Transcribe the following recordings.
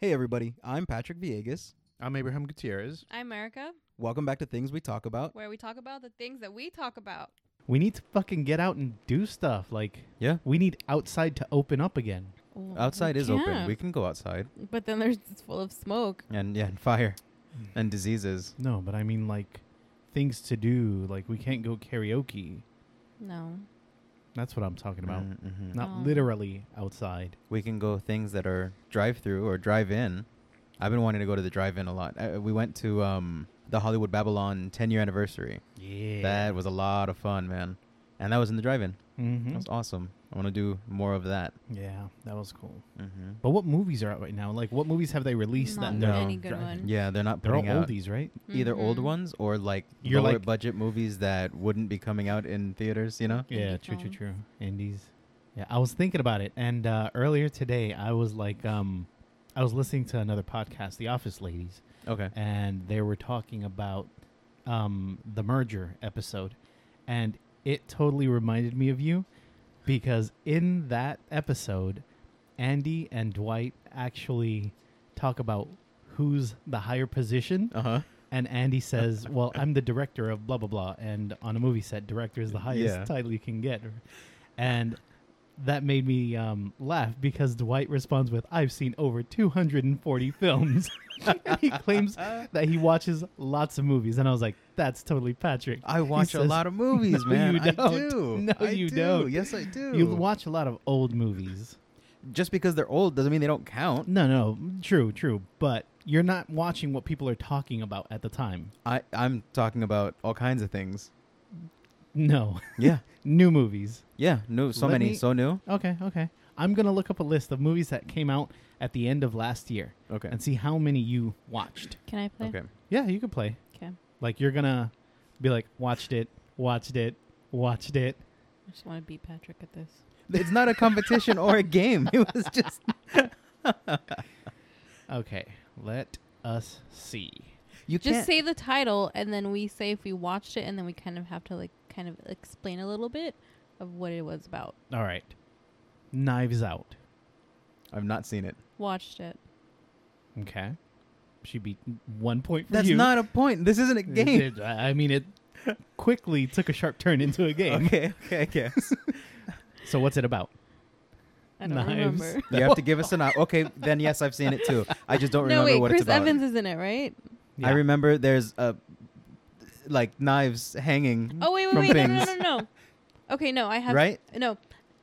Hey, everybody, I'm Patrick Viegas. I'm Abraham Gutierrez. I'm America, Welcome back to Things We Talk About. where we talk about the things that we talk about. We need to fucking get out and do stuff. Like, Yeah. we need outside to open up again. Outside is open. We can go outside. but then there's it's full of smoke. And yeah, and fire and diseases. No, but I mean, like, things to do. Like, we can't go karaoke. No. That's what I'm talking about. Mm-hmm. Not Oh. literally outside. We can go things that are drive through or drive in. I've been wanting to go to the drive in a lot. Uh, we went to um, the Hollywood Babylon 10 year anniversary. Yeah. That was a lot of fun, man. And that was in the drive in. hmm That was awesome. I want to do more of that. Yeah, that was cool. Mm-hmm. But what movies are out right now? Like, what movies have they released Not that No. they're any good driving? one. Yeah, Mm-hmm. they're not They're all putting out oldies, right? either old Mhm. ones or like You're lower like- budget movies that wouldn't be coming out in theaters, you know? Yeah, Indie true, true, films. true. Indies. Yeah, I was thinking about it, and uh, earlier today, I was like, um, I was listening to another podcast, The Office Ladies, Okay. and they were talking about um, the merger episode, and it totally reminded me of you because in that episode, Andy and Dwight actually talk about who's the higher position, Uh huh. and Andy says, "Well, I'm the director of blah blah blah," and on a movie set, director is the highest Yeah. title you can get, and that made me um, laugh because Dwight responds with, "I've seen over 240 films." and he claims that he watches lots of movies, and I was like, "That's totally Patrick." I watch a says, lot of movies, "No, man. you I don't. do. No, I you do. don't. Yes, I do. You watch a lot of old movies. Just because they're old doesn't mean they don't count. No, no, true, true, but you're not watching what people are talking about at the time. I, I'm talking about all kinds of things. No, Yeah. new movies. Yeah. No, so Let many. me- So new. Okay, okay. I'm gonna look up a list of movies that came out at the end of last year Okay. and see how many you watched. Can I play? Okay. Yeah, you can play. Okay. Like you're gonna be like, watched it, watched it, watched it. I just want to beat Patrick at this. It's not a competition or a game. It was just. Okay, let us see. You Just can't. say the title, and then we say if we watched it, and then we kind of have to like kind of explain a little bit of what it was about. All right, Knives Out. I've not seen it. Watched it. Okay, she beat one point for That's you. not a point. This isn't a It game. did- I mean, it quickly took a sharp turn into a game. Okay. Okay. I guess. So what's it about? I don't Knives. remember. you have to give us an. op- Okay. Then yes, I've seen it too. I just don't no, remember wait. what Chris it's about. Evans is in it, right? Yeah. I remember there's a, like knives hanging. Oh wait, wait, From wait. No, no, no, things. no, no. Okay, no, I have Right. No,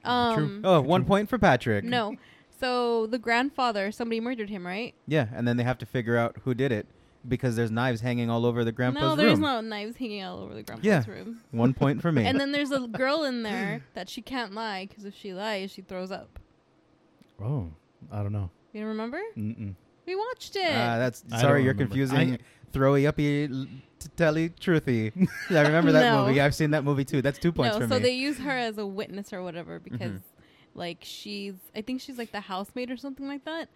um, Oh, one point for Patrick. no. So the grandfather, somebody murdered him, right? Yeah, and then they have to figure out who did it because there's knives hanging all over the grandpa's no, there's room. no knives hanging all over the grandpa's Yeah. room. One point for me. And then there's a girl in there that she can't lie because if she lies, she throws up. Oh, I don't know. You don't remember? Mm-mm. We watched it. Ah, that's I don't sorry, you're remember. confusing. I- Throwy uppy, l- t- telly truthy. I remember that No. movie. I've seen that movie too. That's two points no, for so me. Mm-hmm. they use her as a witness or whatever because, like, she's I think she's like the housemaid or something like that.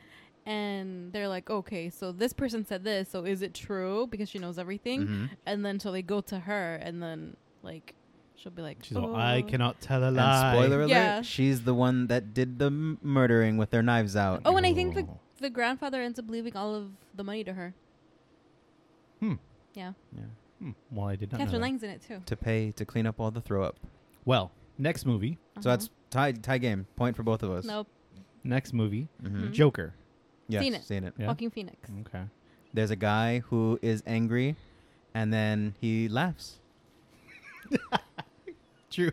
And they're like, okay, so this person said this, so is it true? Because she knows everything. Mhm. And then so they go to her, and then like she'll be like, She's all, I "Oh." cannot tell a And lie. spoiler alert: Yeah. she's the one that did the m- murdering with their knives out. Oh, and I think the Oh. the grandfather ends up leaving all of the money to her. Hmm. Yeah, Yeah. Hmm. Well, I did not know. Catherine that. Lang's in it too. To pay to clean up all the throw up. Well, next movie, Uh-huh. So that's tie tie game point for both of us. no next movie, Mhm. Mhm. Joker. Yes, Seen it. Seen it. Yeah. Walking Phoenix. Mm-hmm. Okay. There's a guy who is angry, and then he laughs. True.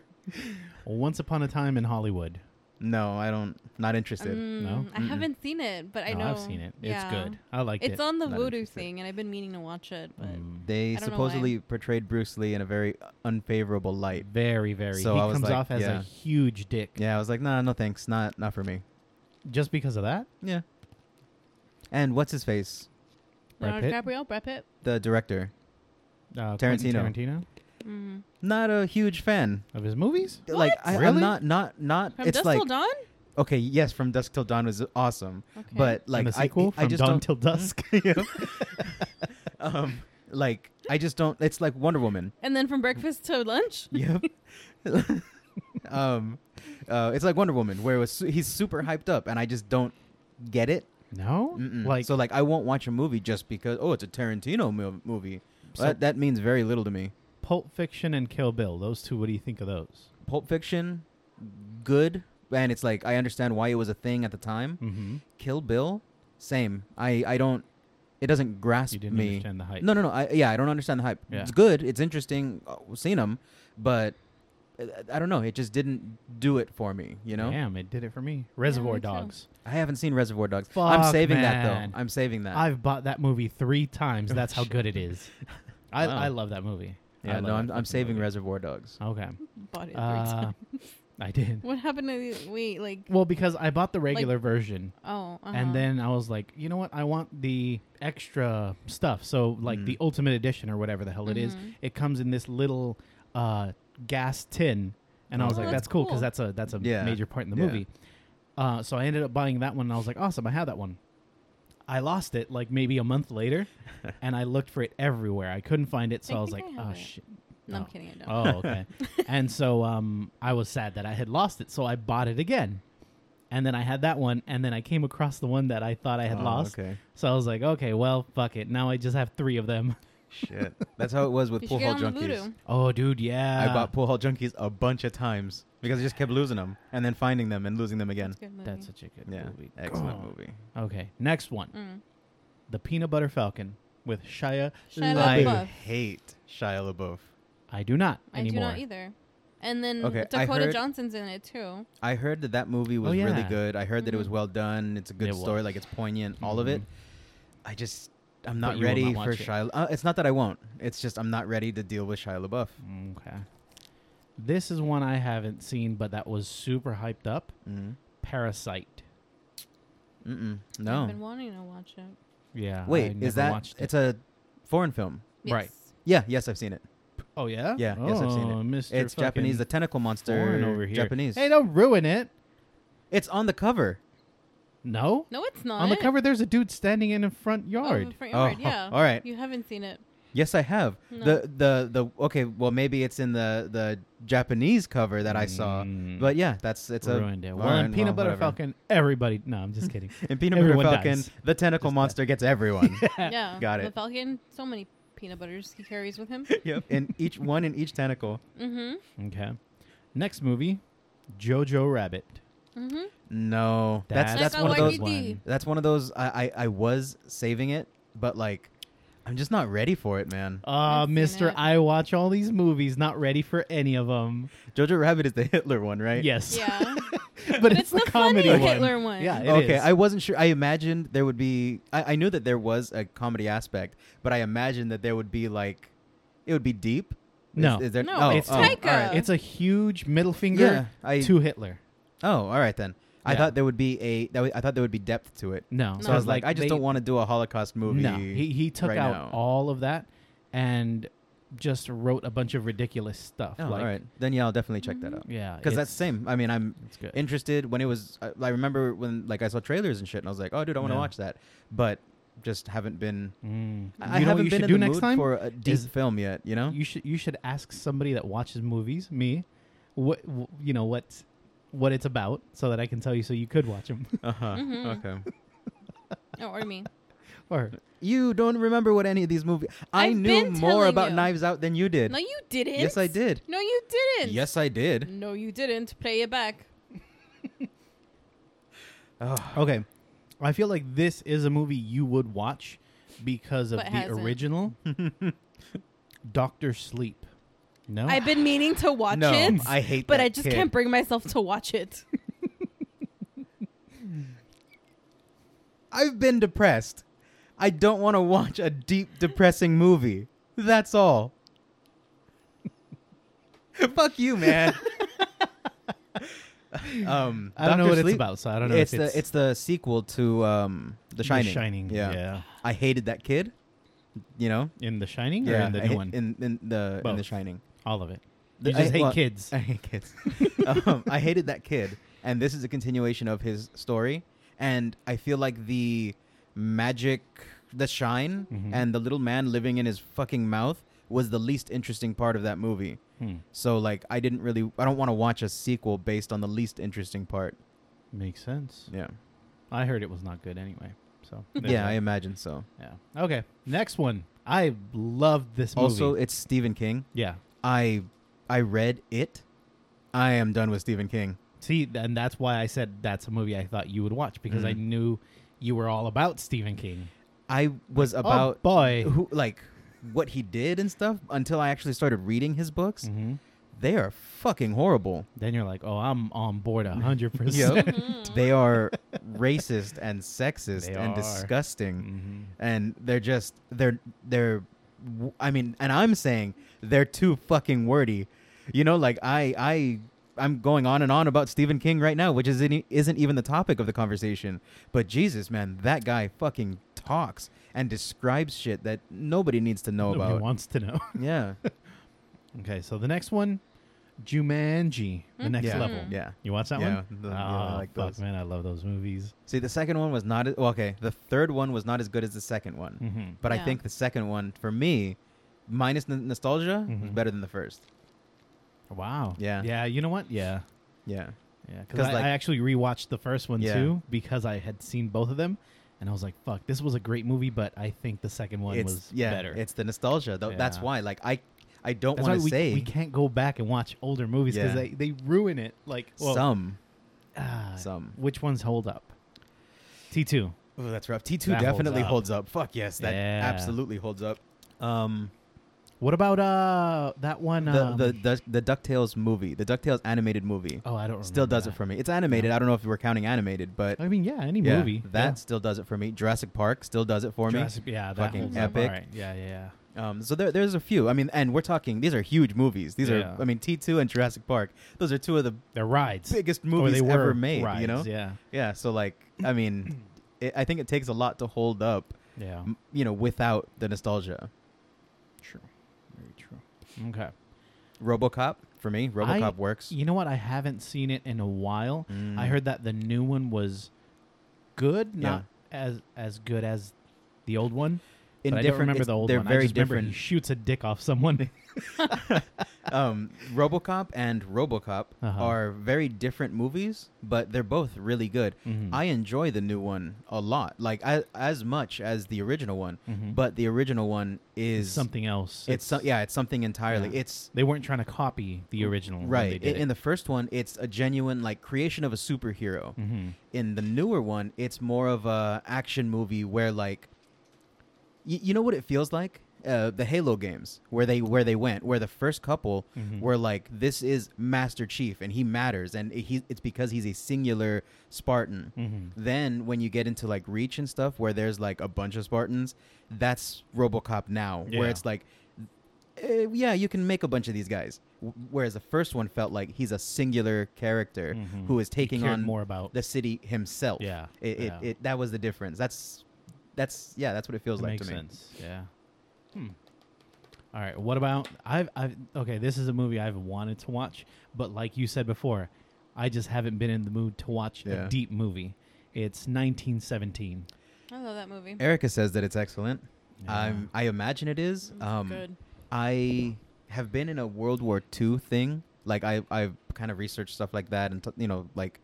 Once upon a time in Hollywood. No, I don't. Not interested. Mm, No? I Mm-mm. haven't seen it, but I no, know I've seen it. Yeah. It's good. I liked It's it. on the Not voodoo interested. thing, and I've been meaning to watch it, but Mm. They I don't know supposedly portrayed Bruce Lee in a very unfavorable light. very, very. So he I was comes like, off as yeah. a huge dick. Yeah, I was like, nah, no thanks, not not for me. Just because of that? Yeah. And what's his face? Brad Leonardo DiCaprio, Brad Pitt. The director. Uh, Tarantino. Quentin Tarantino Mm. Not a huge fan. of his movies. Like I, I'm Really? not not not. From it's Dust like Till Dawn. okay, yes, from dusk till dawn was awesome, Okay. but like and the sequel I, from I just Dawn don't. Till Dusk. um, like I just don't. It's like Wonder Woman. and then from breakfast to lunch. Yep. um, uh, it's like Wonder Woman, where it was su- he's super hyped up, and I just don't get it. No, Mm-mm. like so like I won't watch a movie just because oh it's a Tarantino mil- movie. So- that, that means very little to me. Pulp Fiction and Kill Bill. Those two. What do you think of those? Pulp Fiction, good, and it's like I understand why it was a thing at the time. Mm-hmm. Kill Bill, same. I I don't. It doesn't grasp You didn't me. understand the hype. No, no, no. I, yeah, I don't understand the hype. Yeah. It's good. It's interesting. uh, We've seen them, but uh, I don't know. It just didn't do it for me. You know. Damn, it did it for me. Reservoir me too. Dogs. I haven't seen Reservoir Dogs. Fuck, I'm saving that man. though. I'm saving that. Oh, I've bought that movie three times. That's how good it is. I, Wow. I love that movie. I yeah, love no, I'm, that I'm fucking saving movie. Reservoir Dogs. Okay. Bought it three Uh, times. I did. What happened to the wait? Like Well, because I bought the regular version, oh, uh-huh. and then I was like, you know what? I want the extra stuff. So, like the Mhm. ultimate edition or whatever the hell it is, Mhm. it comes in this little uh, gas tin, and I was Oh, like, that's that's cool because cool. that's a that's a Yeah. major part in the Yeah. movie. Uh, so I ended up buying that one, and I was like, awesome, I have that one. I lost it like maybe a month later, and I looked for it everywhere. I couldn't find it, so I I, was like, think I oh have it." shit. no, I'm oh. kidding. I don't. Oh, okay. and so um, I was sad that I had lost it, so I bought it again. And then I had that one, and then I came across the one that I thought I had Oh, lost. Okay. So I was like, okay, well, fuck it. Now I just have three of them. Shit. That's how it was with You pool should hall get on junkies. Voodoo. Oh, dude, yeah. I bought pool hall junkies a bunch of times because I just kept losing them and then finding them and losing them again. It's a good movie. That's such a good Yeah. movie. Excellent God. movie. Okay, next one, Mm. The Peanut Butter Falcon with Shia. Shia I- I LaBeouf. hate Shia LaBeouf. I do not I do anymore. not either. And then Okay, I Dakota heard- Johnson's in it too. I heard that that movie was Oh, really yeah. Mm-hmm. good. I heard that it was Mhm. well done. It's a good It story. was. Like it's poignant. All of it. Mhm. I just I'm But not you will ready not for watch it. Shia. Uh, it's not that I won't. It's just I'm not ready to deal with Shia LaBeouf. Mm, Okay. This is one I haven't seen, but that was super hyped up. Mm. Parasite. Mm-mm. I've No. been wanting to watch it. Yeah. I Wait, never is that watched it. it's a foreign film? Right. Yes. Yeah. Yes, I've seen it. Oh yeah. Yeah, yes, I've seen Oh, Mr. it's Japanese. The fucking tentacle monster. foreign over here. Japanese. Hey, don't ruin it. It's on the cover. No. No, it's not. On the cover, there's a dude standing in a front Oh, yard. the front yard, Oh, yeah. all right. You haven't seen it. Yes, I have. No. The the the okay. Well, maybe it's in the the Japanese cover that I saw. Mm. But yeah, that's it's a ruined it. all Well, right, in Peanut well, Butter whatever. Falcon, everybody. No, I'm just kidding. In Peanut Butter Everyone Falcon, dies. the tentacle Just monster gets everyone. yeah. got The it. Falcon, so many peanut butters he carries with him. yep. In each one in each tentacle. mm-hmm. okay. Next movie, Jojo Rabbit. Mm-hmm. No, that's That's that's, not one of what those. we did. That's one of those. I, I I was saving it, but like, I'm just not ready for it, man. Uh, I've seen Mister, it. I watch all these movies. Not ready for any of them. Jojo Rabbit is the Hitler one, right? Yes. Yeah. but, it's it's, the comedy funny one. Hitler one. Yeah. it okay, is. I wasn't sure. I imagined there would be. I, I knew that there was a comedy aspect, but I imagined that there would be like, it would be deep. Is- No. is, there? No, oh, it's oh, all right. Taika. it's a huge middle finger Yeah, I- to Hitler. Oh, all right then. I Yeah. thought there would be a. That w- I thought there would be depth to it. No, So I was it's like, I just they- don't want to do a Holocaust movie. No, he he took right out now. all of that and just wrote a bunch of ridiculous stuff. Oh, like, all right, then yeah, I'll definitely check that out. Yeah, Because that's it's- same. I mean, I'm It's good. interested when it was. I, I remember when like I saw trailers and shit, and I was like, "Oh, dude, I want to Yeah. watch that," but just haven't been. Mm. I- I you haven't know what been you should in do the next mood time? for a deep is- film yet. You know, You should you should ask somebody that watches movies, me, what wh- you know what what it's about, so that I can tell you, so you could watch them. uh huh. Mhm. Okay. Oh, or me. or You don't remember what any of these movies. I I've knew been more telling about you. Knives Out than you did. No, you didn't. yes, I did. No, you didn't. Yes, I did. No, you didn't. Play it back. okay, I feel like this is a movie you would watch because of But the hasn't. original Doctor Sleep. No, I've been meaning to watch no, it, I hate. but that I just kid. can't bring myself to watch it. I've been depressed. I don't want to watch a deep, depressing movie. That's all. Fuck you, man. um, I don't know Dr. what it's Sleep- about, so I don't know. It's if the it's, the sequel to um, The Shining. Shining. Yeah. yeah. I hated that kid. You know. In the Shining or in the I new hate- one? In in the in the Both. Shining. All of it. The- You just I- hate well, kids. I hate kids. um, I hated that kid, and this is a continuation of his story. And I feel like the magic, the shine, Mhm. and the little man living in his fucking mouth was the least interesting part of that movie. Hmm. So like, I didn't really, I don't want to watch a sequel based on the least interesting part. Makes sense. Yeah. I heard it was not good anyway. So there's yeah, I that. imagine so. yeah. Okay, next one. I loved this movie. Also, it's Stephen King. yeah. I I read it. I am done with Stephen King. See, and that's why I said that's a movie I thought you would watch because I Mhm. knew you were all about Stephen King. I was about oh boy. who like what he did and stuff until I actually started reading his books. hmm They are fucking horrible. Then you're like, oh, I'm on board a hundred percent. Mm, They are racist and sexist They and are. disgusting. Mhm. And they're just they're they're w- I mean, and I'm saying they're too fucking wordy. You know, like I I I'm going on and on about Stephen King right now, which isn't e- isn't even the topic of the conversation. But Jesus, man, that guy fucking talks and describes shit that nobody needs to know Nobody about. wants to know. Yeah. okay, so the next one, Jumanji, the next yeah. level. Yeah. You watch that Hmm. Yeah, one? the- oh, yeah, I like fuck, those. man, I love those movies. See, the second one was not as, well, okay. The third one was not as good as the second one, Mm-hmm. but I Yeah. think the second one for me, minus n- nostalgia, was Mhm. better than the first. Wow. Yeah. Yeah. You know what? Yeah. Yeah, Yeah. 'Cause, Because I, like- I actually rewatched the first one Yeah. too because I had seen both of them, and I was like, "Fuck, this was a great movie," but I think the second one it's was yeah, better. it's the nostalgia. Though that's Yeah. why, like, I I don't That's want why to we, say we can't go back and watch older movies because Yeah. they, they ruin it. Like well, some ah, some. Which ones hold up? T two. Oh, that's rough. T two That holds definitely up. holds up. Fuck yes, that Yeah. absolutely holds up. Um, What about uh that one? the, um, the the the Ducktales movie, the Ducktales animated movie, oh, I don't still remember does it that. for me. It's animated. I don't know if we're counting animated, but I mean, yeah, any yeah, movie that still does it for me. Jurassic Park still does it for yeah. me. Jurassic- Yeah, that Fucking holds up. All epic. right. Yeah, yeah, yeah. Um, so there, there's a few. I mean, and we're talking. These are huge movies. These Yeah. are. I mean, T2 and Jurassic Park. Those are two of the They're rides. biggest or movies they ever were made. Rides, you know. Yeah. Yeah, so like, I mean, it, I think it takes a lot to hold up. yeah. m- You know, without the nostalgia. True. Very true. Okay. RoboCop for me. RoboCop works. Mm. You know what? I haven't seen it in a while. I heard that the new one was good, Yeah. not as as good as the old one. in but I different. don't remember it's- the old they're one. I very just remember different. He shoots a dick off someone. um, RoboCop and RoboCop Uh-huh. are very different movies, but they're both really good. Mhm. I enjoy the new one a lot, like I, as much as the original one. Mhm. But the original one It's is something else. It's, so, yeah, it's something entirely. Yeah. It's They weren't trying to copy the original. when right They did in, in the first one. It's a genuine like creation of a superhero. hmm In the newer one, it's more of a action movie where like, y- you know what it feels like. Uh, the Halo games, where they where they went, where the first couple Mhm. were like, this is Master Chief and he matters, and he it's because he's a singular Spartan. Mhm. Then when you get into like Reach and stuff, where there's like a bunch of Spartans, that's RoboCop now, Yeah. where it's like, eh, yeah, you can make a bunch of these guys. W- Whereas the first one felt like he's a singular character Mhm. who is taking cared on more about- the city himself. Yeah, it, yeah. It, it that was the difference. That's that's yeah, that's what it feels That like makes to me. sense. Yeah. Hmm. All right. What about I've I've okay. This is a movie I've wanted to watch, but like you said before, I just haven't been in the mood to watch Yeah. a deep movie. It's 1917. I love that movie. Erica says that it's excellent. Yeah. I'm, I imagine it is. Um, Good. I have been in a World War II thing. Like I I've kind of researched stuff like that, and t- you know, like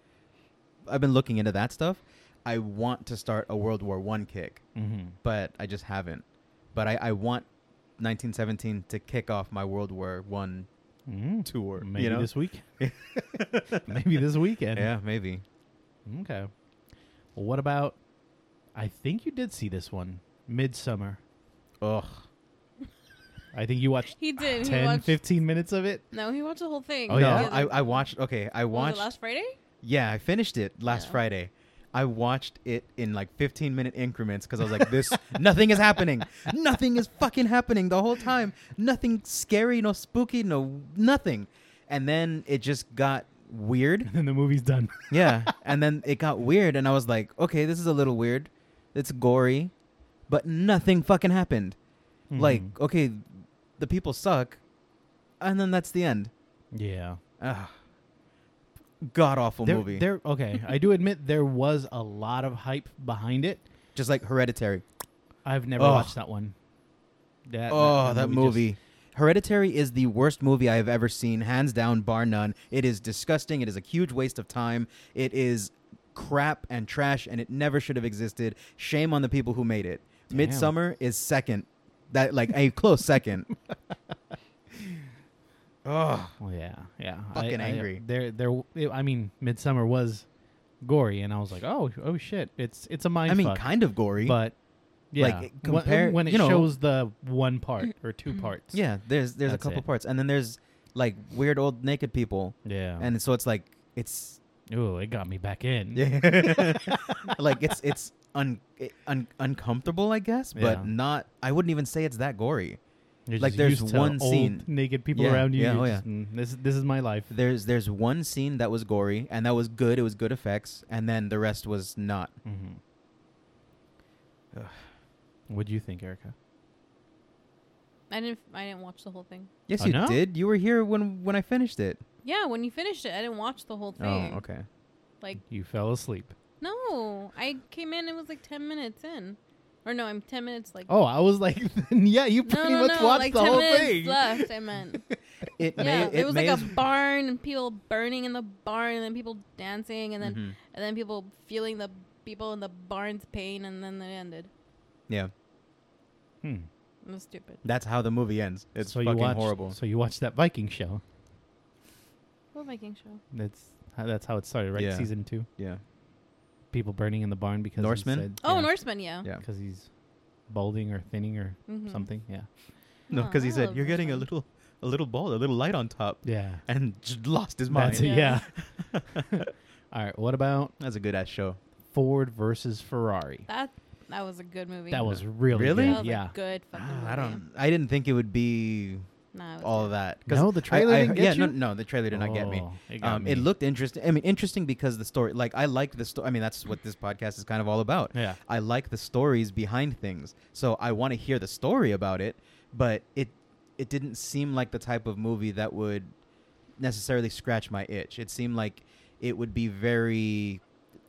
I've been looking into that stuff. I want to start a World War One kick, Mm-hmm. but I just haven't. But I, I want 1917 to kick off my World War One Mm. tour. Maybe you know? this week. Maybe this weekend. yeah, maybe. Okay. Well, what about? I think you did see this one, Midsummer. Ugh. I think you watched He did. he 10, watched, 15 minutes of it. No, he watched the whole thing. Oh, no, yeah? I, I watched. Okay, I What was it, watched. last Friday. Yeah, I finished it last Yeah. Friday. I watched it in like 15 minute increments because I was like, this, nothing is happening. Nothing is fucking happening the whole time. Nothing scary, no spooky, no nothing. And then it just got weird. And then the movie's done. Yeah. and then it got weird. And I was like, okay, this is a little weird. It's gory, but nothing fucking happened. Like, Mm-hmm. Mhm. okay, the people suck. And then that's the end. yeah. Ugh. God awful there, movie. There, okay, I do admit there was a lot of hype behind it. Just like Hereditary. I've never Ugh. watched that one. That, Oh, that just- movie. Hereditary is the worst movie I have ever seen, hands down, bar none. It is disgusting. It is a huge waste of time. It is crap and trash, and it never should have existed. Shame on the people who made it. Damn. Midsummer is second, that like a close second. Ugh. Well, Oh, yeah, yeah. Fucking I, angry. I, there, there. It, I mean, Midsummer was gory, and I was like, oh, oh shit, it's it's a mind. I mean, fuck. kind of gory. but yeah, Like, When- compare- when, it you know- Mm-hmm. shows the one part or two parts. yeah, there's there's a That's couple it. parts, and then there's like weird old naked people, yeah. And and so it's like it's ooh, it got me back in. Yeah. like it's it's un, it- un uncomfortable, I guess, but Yeah. not. I wouldn't even say it's that gory. You're Like, just there's used to one old scene- naked people Yeah, around you. yeah, you're oh, just, "Mm, this is this is my life. There's there's one scene that was gory and that was good. It was good effects, and then the rest was not. Mhm. Ugh. What do you think, Erica? I didn't. I didn't watch the whole thing. Yes, Oh, you no? did. You were here when when I finished it. Yeah, when you finished it, I didn't watch the whole thing. Oh, okay. Like You fell asleep. no, I came in. It was like ten minutes in, or no, I'm ten minutes like. Oh, I was like, yeah, you no, pretty no, much no, watched like the 10 whole minutes thing. left. I meant. It yeah, may it, was may like a as- barn and people burning in the barn, and then people dancing, and then Mhm. and then people feeling the people in the barn's pain, and then it ended. yeah. Hmm. It was stupid. That's how the movie ends. It's so you fucking watched, horrible. So you watched that Viking show. What Viking show? That's how, that's how it started, right? Yeah. Season two. Yeah. People burning in the barn because he Norseman? said- Oh, yeah, Norseman. Yeah. Yeah. because he's balding or thinning or Mhm. something. Yeah. No, Oh, because he I said love you're getting a Norseman. little a little ball, a little light on top, Yeah. and just lost his mind. That's That's it, a, yeah. Yeah. All right. What about good ass show. Ford versus Ferrari? That that was a good movie. That was really Really? good, That was yeah. a good fucking. Ah, movie. I don't. I didn't think it would be Nah, it was all good. of that. 'Cause No, the I- trailer I- didn't get yeah, you? No, no, the trailer did not get me. Oh, It, got Um, me. it looked interesting. I mean, interesting because the story. Like, I liked the story. I mean, that's what this podcast is kind of all about. Yeah. I like the stories behind things, so I want to hear the story about it. But it, it didn't seem like the type of movie that would necessarily scratch my itch. It seemed like it would be very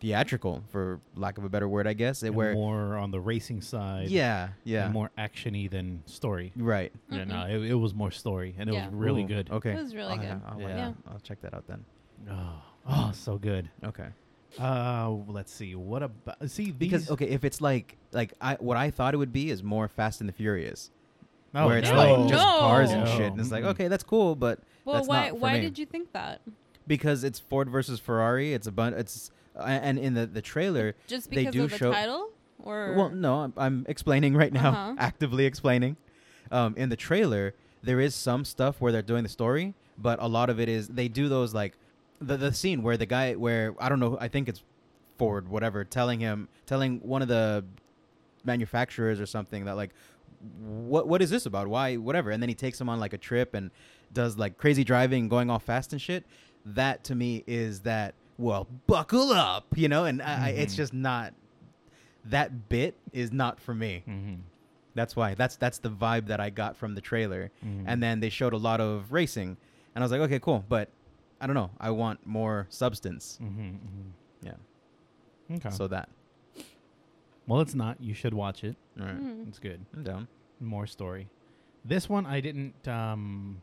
theatrical, for lack of a better word, I guess. It And where, more on the racing side. yeah, yeah, and More actiony than story. right. Yeah. Mm-mm. No, it, it was more story, and it Yeah. was really Ooh, good. Okay, It was really I'll- good. I'll- Yeah. I'll- I'll check that out then. Oh, oh, so good. Okay. Uh, let's see. What about see these? Because okay, if it's like like I what I thought it would be is more Fast and the Furious, oh, where it's no. Oh. Mm-hmm. like just cars and No. shit, and it's like Mm-mm. okay, that's cool, but Well, that's why not for why me. did you think that? because it's Ford versus Ferrari, it's a bunch, it's uh, and in the the trailer, Just They because do of the show- title, or well, no, I'm, I'm explaining right now, Uh-huh. actively explaining. Um, in the trailer, there is some stuff where they're doing the story, but a lot of it is they do those like the the scene where the guy where I don't know, I think it's Ford, whatever, telling him, telling one of the manufacturers or something that like what what is this about why whatever and then he takes him on like a trip and does like crazy driving going all fast and shit that to me is that well buckle up you know and I, I, it's Mhm. just not that bit is not for me Mhm. that's why that's that's the vibe that i got from the trailer Mhm. and then they showed a lot of racing and i was like okay cool but i don't know i want more substance Mhm, yeah mhm. Okay. so that well, it's not. You should watch it. all right Mm. It's good. i'm down More story. This one I didn't. Um,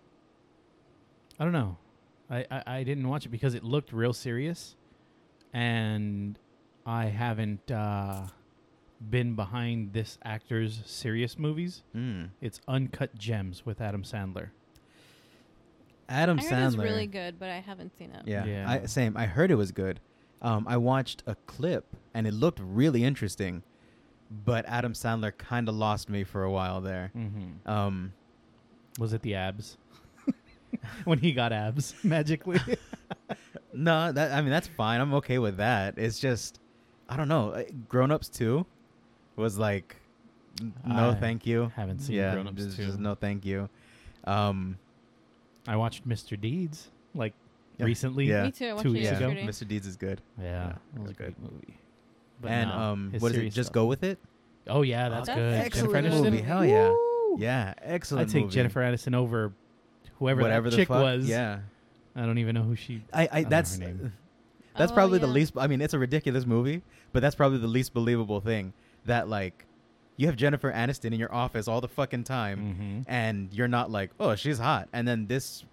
I don't know. I, I I didn't watch it because it looked real serious, and I haven't uh, been behind this actor's serious movies. mm. It's Uncut Gems with Adam Sandler. adam I heard sandler it's really good, but I haven't seen it. Yeah, Yeah. I, same. I heard it was good. Um, I watched a clip and it looked really interesting, but Adam Sandler kind of lost me for a while there. Mm-hmm. Um, Was it the abs? when he got abs magically. no, that I mean that's fine. I'm okay with that. It's just I don't know. uh, Grown Ups Two was like, n- no, I thank you. haven't seen Grown Ups just- 2. just no, thank you. Um, I watched Mr. Deeds like Yeah. recently. Yeah. Me too. I watched Two it weeks yeah, ago? yesterday. Mr. Deeds is good. Yeah, Yeah, it was a good. great movie. and no, um, his what is it? serious Just stuff. go with it. Oh yeah, that's That's good. excellent Jennifer Aniston. movie. Hell yeah. Woo! Yeah, I excellent. take movie. Jennifer Aniston over whoever Whatever that the chick fuck- was. Yeah, I don't even know who she. I, I know that's her name. that's Oh, probably the yeah. least. I mean, it's a ridiculous movie, but that's probably the least believable thing that like you have Jennifer Aniston in your office all the fucking time, Mhm. and you're not like, oh, she's hot, and then this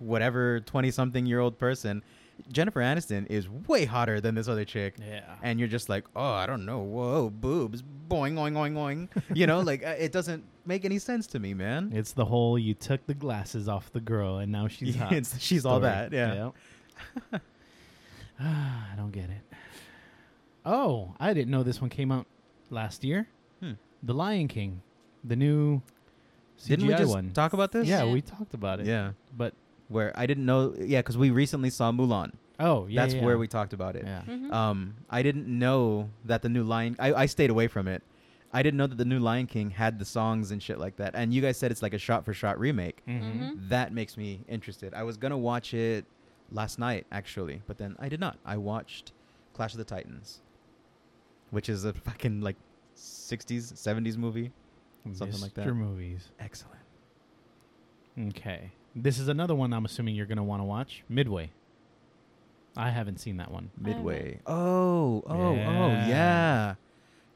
whatever twenty something year old person Jennifer Aniston is way hotter than this other chick. Mm-hmm. Yeah. And you're just like, oh, I don't know. Whoa, boobs. Boing, oing, oing, oing. You know, like, uh, it doesn't make any sense to me, man. It's the whole you took the glasses off the girl and now she's hot. It's- she's all story. that, yeah. Yep. I don't get it. Oh, I didn't know this one came out last year. Hmm. The Lion King, the new CGI Didn't we just one. talk about this? yeah, Yeah. we talked about it. Yeah. But Where I didn't know. Yeah, because we recently saw Mulan. oh, yeah. That's yeah, where yeah. we talked about it. Yeah. Mhm. Um, I didn't know that the new Lion. I, I stayed away from it. I didn't know that the new Lion King had the songs and shit like that. And you guys said it's like a shot for shot remake. Mm-hmm. Mhm. That makes me interested. I was gonna watch it last night actually, but then I did not. I watched Clash of the Titans, which is a fucking like '60s '70s movie. Something like that. Mr. Movies. Excellent. Okay. This is another one I'm assuming you're going to want to watch. Midway. I haven't seen that one. I haven't. Midway. Oh, oh, oh, yeah, Yeah.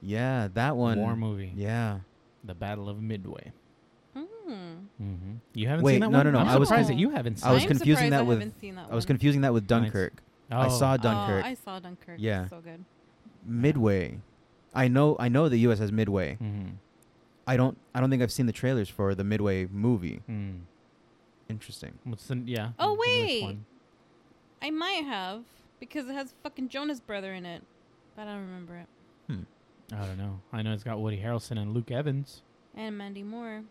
yeah. That one. War movie. Yeah. The Battle of Midway. Mm. Mm-hmm. You haven't Wait, seen that no, one? no, no, I'm I was surprised con- that you haven't seen I was I'm it. confusing surprised that I with- haven't seen that I was one. confusing that with Nice. Dunkirk. I Oh, saw Oh, Dunkirk. I saw Dunkirk. Yeah. It's so good. Midway. I know I know the US has Midway. Mhm. I don't I don't think I've seen the trailers for the Midway movie. Mm. Interesting. What's the yeah? Oh, what's the next wait. one? I might have because it has fucking Jonas Brother in it, but I don't remember it. Hmm. I don't know. I know it's got Woody Harrelson and Luke Evans. And Mandy Moore.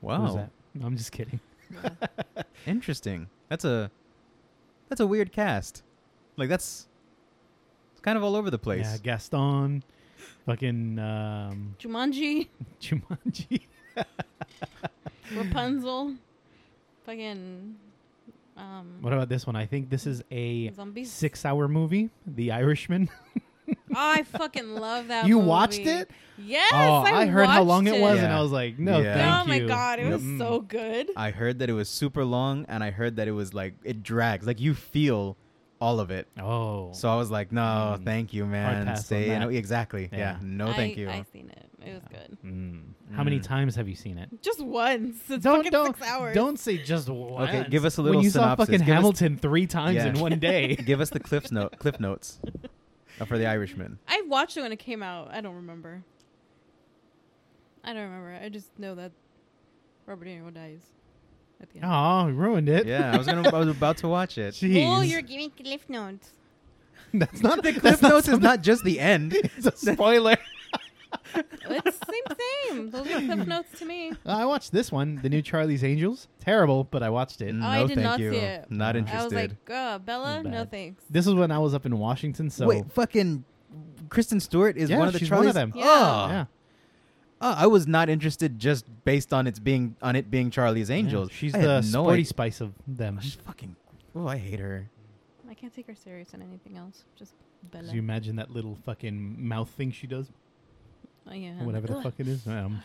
Wow. Who's that? No, I'm just kidding. Yeah. Interesting. That's a that's a weird cast. Like that's it's kind of all over the place. Yeah, Gaston, fucking um, Jumanji, Jumanji. Rapunzel, fucking um, what about this one? I think this is a zombies. six-hour movie, The Irishman. Oh, I fucking love that. you movie. watched it? Yes. oh, I, I, heard how long watched it was, and Yeah. I was like, no, Yeah. thank oh my you. god, it was Mm-mm. so good. I heard that it was super long and I heard that it was like it drags. Like you feel all of it. Oh, So I was like, no, Mm. thank you, man. pass on Stay that. no, exactly. Yeah. Yeah. No, thank I, you. I seen it. It was good. Mm. how many Mm. times have you seen it? Just once. It's fucking six hours. Don't say just once. give us a little When you synopsis. saw fucking Give us- Hamilton three times Yeah. in one day. Give us the cliff note cliff notes uh, for the Irishman. I watched it when it came out. I don't remember. I don't remember. I just know that Robert De Niro dies at the end. oh, ruined it. Yeah, I was gonna. I was about to watch it. Jeez. giving cliff notes. That's not the Cliff notes is not just the end. It's a spoiler. It's same same. Those are cliff notes to me. I watched this one, the new Charlie's Angels. Terrible, but I watched it. no, I did thank not you. see it. Not I was interested. I was like, uh, Bella, no Bad. thanks. This is when I was up in Washington, so Wait, fucking Kristen Stewart is Yeah, one of the she's one Charlie's. of them. Yeah. Oh, yeah, Oh, I was not interested just based on its being on it being Charlie's Angels. Yeah. She's I had the no sporty idea- spice of them. She's fucking. Oh, I hate her. I can't take her serious on anything else. Just Bella. Could you imagine that little fucking mouth thing she does? Oh, yeah. Whatever the Ugh. fuck it is. Um,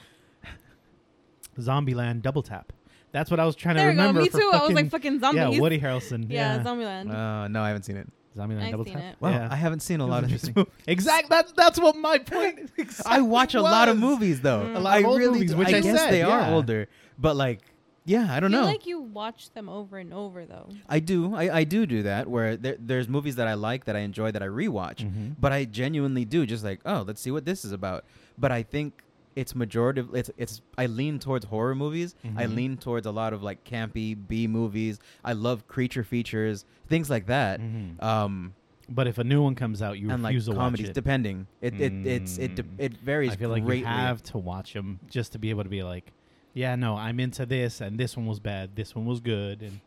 Zombieland Double Tap. That's what I was trying There to you go. remember. Me for too. I was fucking- like fucking zombies. Yeah, Woody Harrelson. Yeah, Yeah, Zombieland. Uh, no, I haven't seen it. Zombieland I've Double seen Tap. it. Wow, yeah. I haven't seen a It lot was of these interesting. movies. Exact. That's that's what my point. I watch a lot of was. movies though. Mm. A lot of I old really movies, do. which I, I guess said, they yeah. are older, but like, yeah, I don't feel know. like you watch them over and over though. I do. I, I do do that where there, there's movies that I like that I enjoy that I rewatch, Mhm. but I genuinely do just like, oh, let's see what this is about. But I think it's majority of it's it's I lean towards horror movies. I Mhm. lean towards a lot of like campy B movies. I love creature features, things like that. Mhm. Um But if a new one comes out, you and like refuse to comedies watch it. depending. It it it's it de- Mm. it varies I feel like greatly. you have to watch them just to be able to be like, yeah, no, I'm into this, and this one was bad, this one was good, and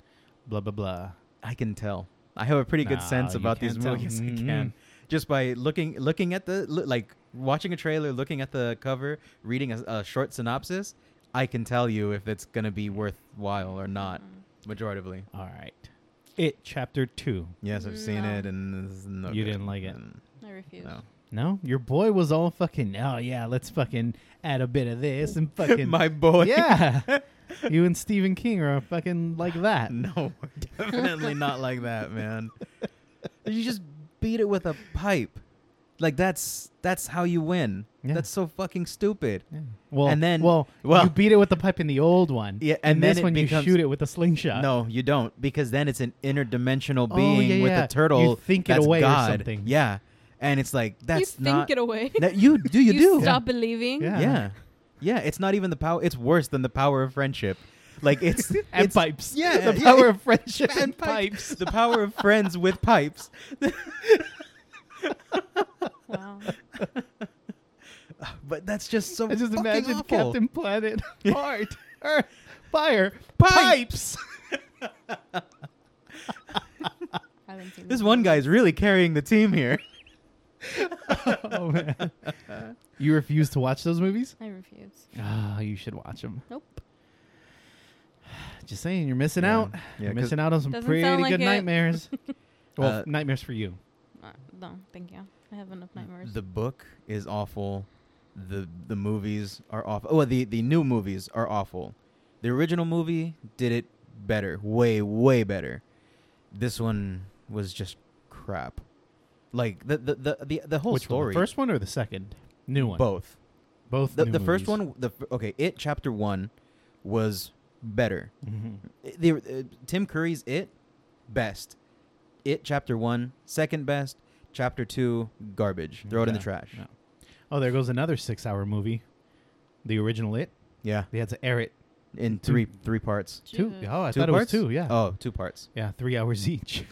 blah blah blah. I can tell. I have a pretty good Nah, sense you about these can't tell. Mm-hmm. movies. I Mm-mm. can just by looking looking at the lo- like watching a trailer, looking at the cover, reading a, a short synopsis. I can tell you if it's gonna be worthwhile or not. Mm-hmm. Majoritively, All right, it chapter two. yes, I've seen No. it, and this is no You good. didn't like it. Mm, I refuse. No. No, your boy was all fucking. Oh yeah, let's fucking add a bit of this and fucking. My boy. yeah, you and Stephen King are fucking like that. No, definitely not like that, man. You just beat it with a pipe. Like that's that's how you win. Yeah. That's so fucking stupid. Yeah. Well, And then- well, well- you beat it with the pipe in the old one. Yeah, and, and then this it one becomes- you shoot it with a slingshot. No, you don't, because then it's an interdimensional Oh, being yeah, with yeah. a turtle. You think it that's away or God. something. Yeah, and it's like that's you not. think it away. that you do you, do stop believing. Yeah. yeah yeah it's not even the power it's worse than the power of friendship like it's and it's, pipes. yeah the yeah, power it- of friendship and and pipes. the power of friends with pipes Wow. but that's just so I just fucking imagine awful. Captain Planet, heart, earth, fire, Pipes. pipes. I haven't seen this one guy's really carrying the team here oh man, you refuse to watch those movies? I refuse. Ah, you should watch them. Nope. Just saying, you're missing Yeah. out. Yeah, you're 'cause- missing out on some Doesn't pretty sound like good it. nightmares. well, Uh, nightmares for you. Uh, no, thank you. I have enough nightmares. the book is awful the the movies are awful oh the the new movies are awful the original movie did it better way way better this one was just crap like the the the the, the whole Which one, story the first one or the second? New one. both Both. the, new the first movies. one the f- okay it chapter one was better Mhm. It- the, uh, tim curry's it best it chapter one second best chapter two garbage throw it in the Yeah, trash yeah. Oh, there goes another six-hour movie. The original it. yeah They had to air it in Two- three three parts two. Jesus. Oh, Hmm. I two thought parts it was two. Yeah. oh two parts Yeah, three hours each.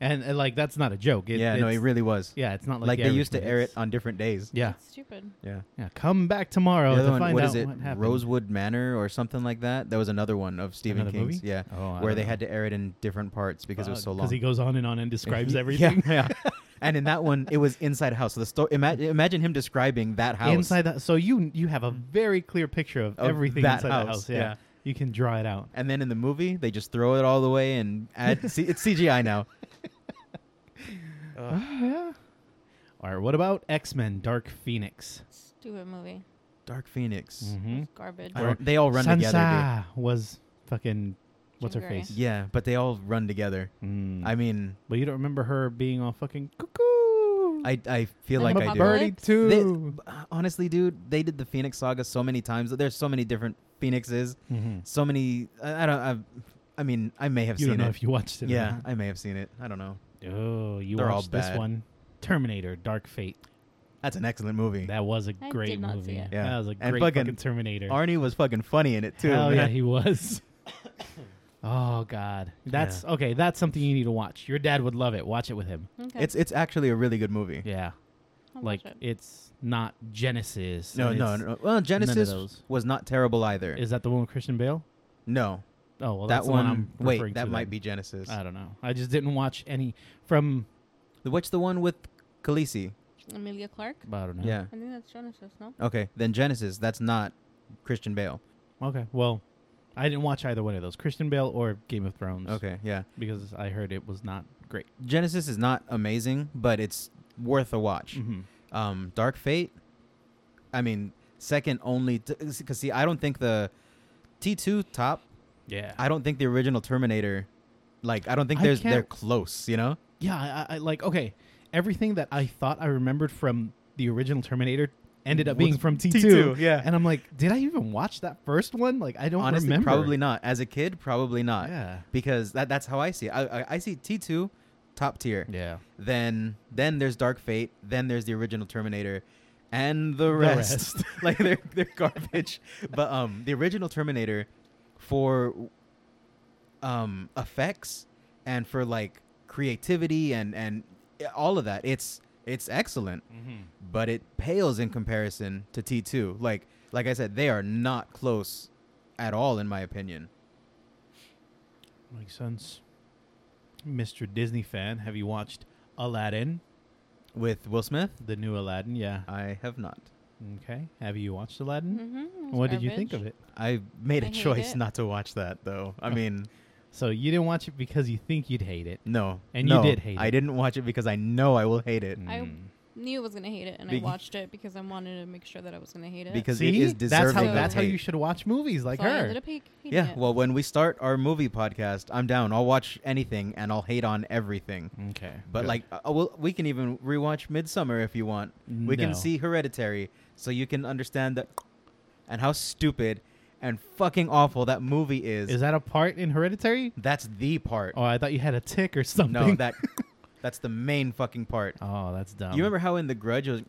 and, uh, like that's not a joke. It, yeah no it's- it really was Yeah, it's not like, like, the they used to Irishman. air it It's- on different days Yeah, That's stupid. yeah yeah. Come back tomorrow the to other one find what out is it what happened. rosewood manor or something like that that was another one of stephen Another king's movie? yeah Oh, I where don't they know. had to air it in different parts because it was so long Because he goes on and on and describes Yeah, everything. Yeah, and in that one, it was inside a house. So the story. Ima- imagine him describing that house. Inside that, so you you have a very clear picture of, Of everything that inside the house, house. Yeah. yeah. you can draw it out. And then in the movie, they just throw it all away and add. C- it's CGI now. Oh, yeah. All right. What about X Men: Dark Phoenix? Stupid movie. Dark Phoenix. Mm-hmm. It's garbage. I don't- they all run together. Sansa was fucking what's her Jean Grey. face? Dude. Yeah, but they all run together. Mm. I mean, but you don't remember her being all fucking cuckoo. I I feel I'm like a I do. bird. birdie They- They- too. honestly, dude, they did the Phoenix Saga so many times. There's so many different phoenixes. Mhm. So many. I, I don't. I, I mean, I may have You seen don't know it. if you watched it. or yeah, not. I may have seen it. I don't know. Oh, you They're all watched this bad. one. Terminator, Dark Fate. That's an excellent movie. That was a I great did not see movie. it. Yeah. That was a And great fucking fucking, Terminator. Arnie was fucking funny in it too. Hell yeah, man. he was. oh God, that's okay. That's something you need to watch. Your dad would love it. Watch it with him. Okay. It's it's actually a really good movie. Yeah, I'll watch like it. it's not Genesis. No, and no, it's- no. Well, Genesis those. was not terrible either. Is that the one with Christian Bale? no, Oh well, that that's one. The one I'm referring wait, that to might then. be Genesis. I don't know. I just didn't watch any from. The- What's the one with Khaleesi? Amelia Clark. I don't know. Yeah. I think that's Genesis. No. Okay, then Genesis. That's not Christian Bale. Okay. Well, I didn't watch either one of those, Christian Bale or Game of Thrones. Okay, yeah. Because I heard it was not great. Genesis is not amazing, but it's worth a watch. Mm. Um, Dark Fate. I mean, second only because see, I don't think the T two top. Yeah. I don't think the original Terminator. Like, I don't think I there's they're can't- close. You know. Yeah, I, I like okay. Everything that I thought I remembered from the original Terminator ended up Was being from T two. T2, yeah. and I'm like, did I even watch that first one? Like, I don't Honestly, remember. probably not. As a kid, probably not. Yeah. Because that that's how I see it. I, I, I see T two top tier. Yeah. Then then there's Dark Fate. Then there's the original Terminator, and the rest. rest. like they're they're garbage. but um, the original Terminator, for um effects and for like creativity and and all of that, it's it's excellent but it pales in comparison to T2. Like like I said, they are not close at all in my opinion. Makes sense. Mr. Disney fan, have you watched Aladdin, With Will Smith, the new Aladdin? Yeah. I have not. Okay. Have you watched Aladdin? Mm-hmm. Hmm? What did you think of it? I made a I hate choice it. not to watch that though. I mean, So you didn't watch it because you think you'd hate it. no. And you no, did hate I it. didn't watch it because I know I will hate it. I Mm. knew I was gonna hate it, and I Be- watched it because I wanted to make sure that I was gonna hate it. because See, it is that's deserving how of that's how hate. you should watch movies like so I ended her. up ha- hating yeah, it. well, when we start our movie podcast, I'm down. I'll watch anything and I'll hate on everything. Okay, But good. like, uh, uh, well, we can even rewatch Midsummer if you want. We No. can see Hereditary, so you can understand that and how stupid and fucking awful that movie is. is that a part in Hereditary? That's the part. Oh, I thought you had a tick or something. no, that that's the main fucking part. Oh, that's dumb. you remember how in The Grudge, it was,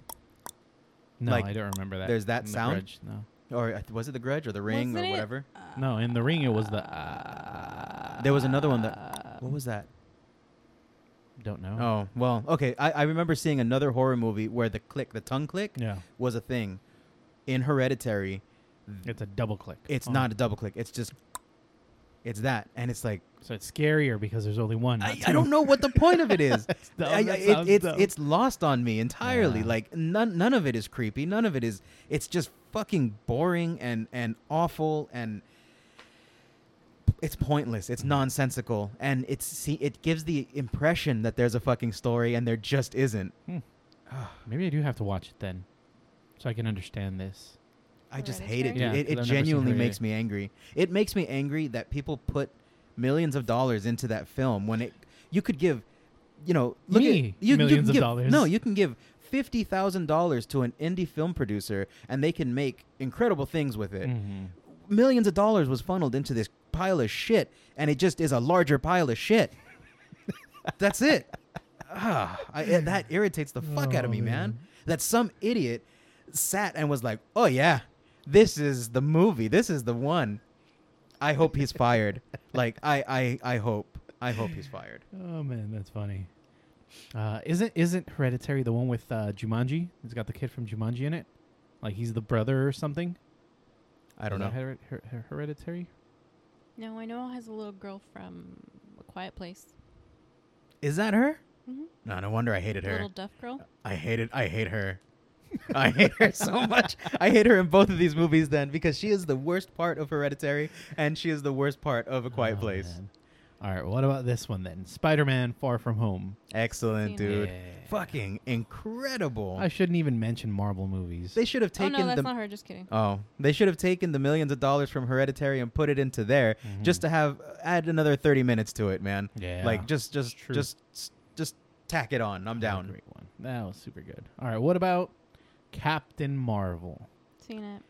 No, like, I don't remember that. there's that in The sound? Grudge, No, or uh, was it The Grudge or The Ring Wasn't or it- whatever? no. In the ring, it was the. Uh, There was another one Uh, that. What was that? Don't know. Oh well, okay. I, I remember seeing another horror movie where the click, the tongue click, Yeah, was a thing. In Hereditary, it's a double click. it's Oh. not a double click. It's just, it's that, and it's like So it's scarier because there's only one. I, I don't know what the point of it is. That's dumb. I- I- That it- sounds it's dumb. it's lost on me entirely. Yeah. Like none none of it is creepy. None of it is. It's just fucking boring and and awful and it's pointless. It's nonsensical and it's see it gives the impression that there's a fucking story and there just isn't. Hmm. Ah. Maybe I do have to watch it then, so I can understand this. I just hate it. dude. Hereditary? it Yeah, it 'cause I've never seen genuinely makes Hereditary. me angry. It makes me angry that people put millions of dollars into that film when it you could give, you know, look at- Me, you, you millions can of give- dollars. No, you can give fifty thousand dollars to an indie film producer and they can make incredible things with it. Mhm. Millions of dollars was funneled into this pile of shit, and it just is a larger pile of shit. That's it. Ah, I, it- that irritates the fuck out of Oh, me, man. man. That some idiot sat and was like, "Oh yeah, this is the movie. This is the one." I hope he's fired. like I, I, I hope. I hope he's fired. Oh man, that's funny. Uh, isn't isn't Hereditary the one with uh, Jumanji? It's got the kid from Jumanji in it. Like he's the brother or something. I don't Is know. that Her- her- her- hereditary. no, I know it has a little girl from A Quiet Place. Is that her? Mhm. No, no wonder I hated The her. Uh, little deaf girl. I hate it. I hate her. I hate her so much. I hate her in both of these movies then because she is the worst part of Hereditary and she is the worst part of A Quiet Oh, Place. man. All right. What about this one then? Spider-Man: Far From Home. Excellent, Seen it. dude. Yeah. Fucking incredible. I shouldn't even mention Marvel movies. they should have Oh taken no, that's the not her. Just kidding. Oh, they should have taken the millions of dollars from Hereditary and put it into there just to have add another 30 minutes to it, man. Mm-hmm. Yeah. Like just just true. just just tack it on. I'm That was down. a Great one. That was super good. All right. What about Captain Marvel? Seen it.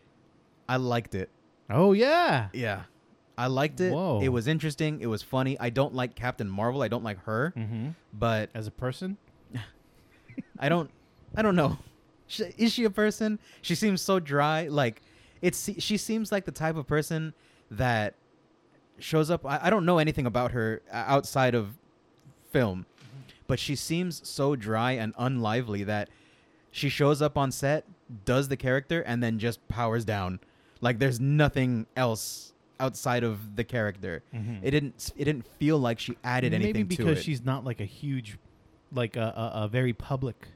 I liked it. Oh yeah. Yeah. I liked it. Whoa. It was interesting. It was funny. I don't like Captain Marvel. I don't like her, Mm-hmm. but As a person. I don't I don't know. Sh- Is she a person? She seems so dry. Like it's she seems like the type of person that shows up I, I don't know anything about her o- outside of film, Mm-hmm. but she seems so dry and unlively that she shows up on set, does the character and then just powers down. Like there's nothing else outside of the character. Mhm. It didn't it didn't feel like she added anything Maybe to because it. she's not like a huge, like a, a, a very public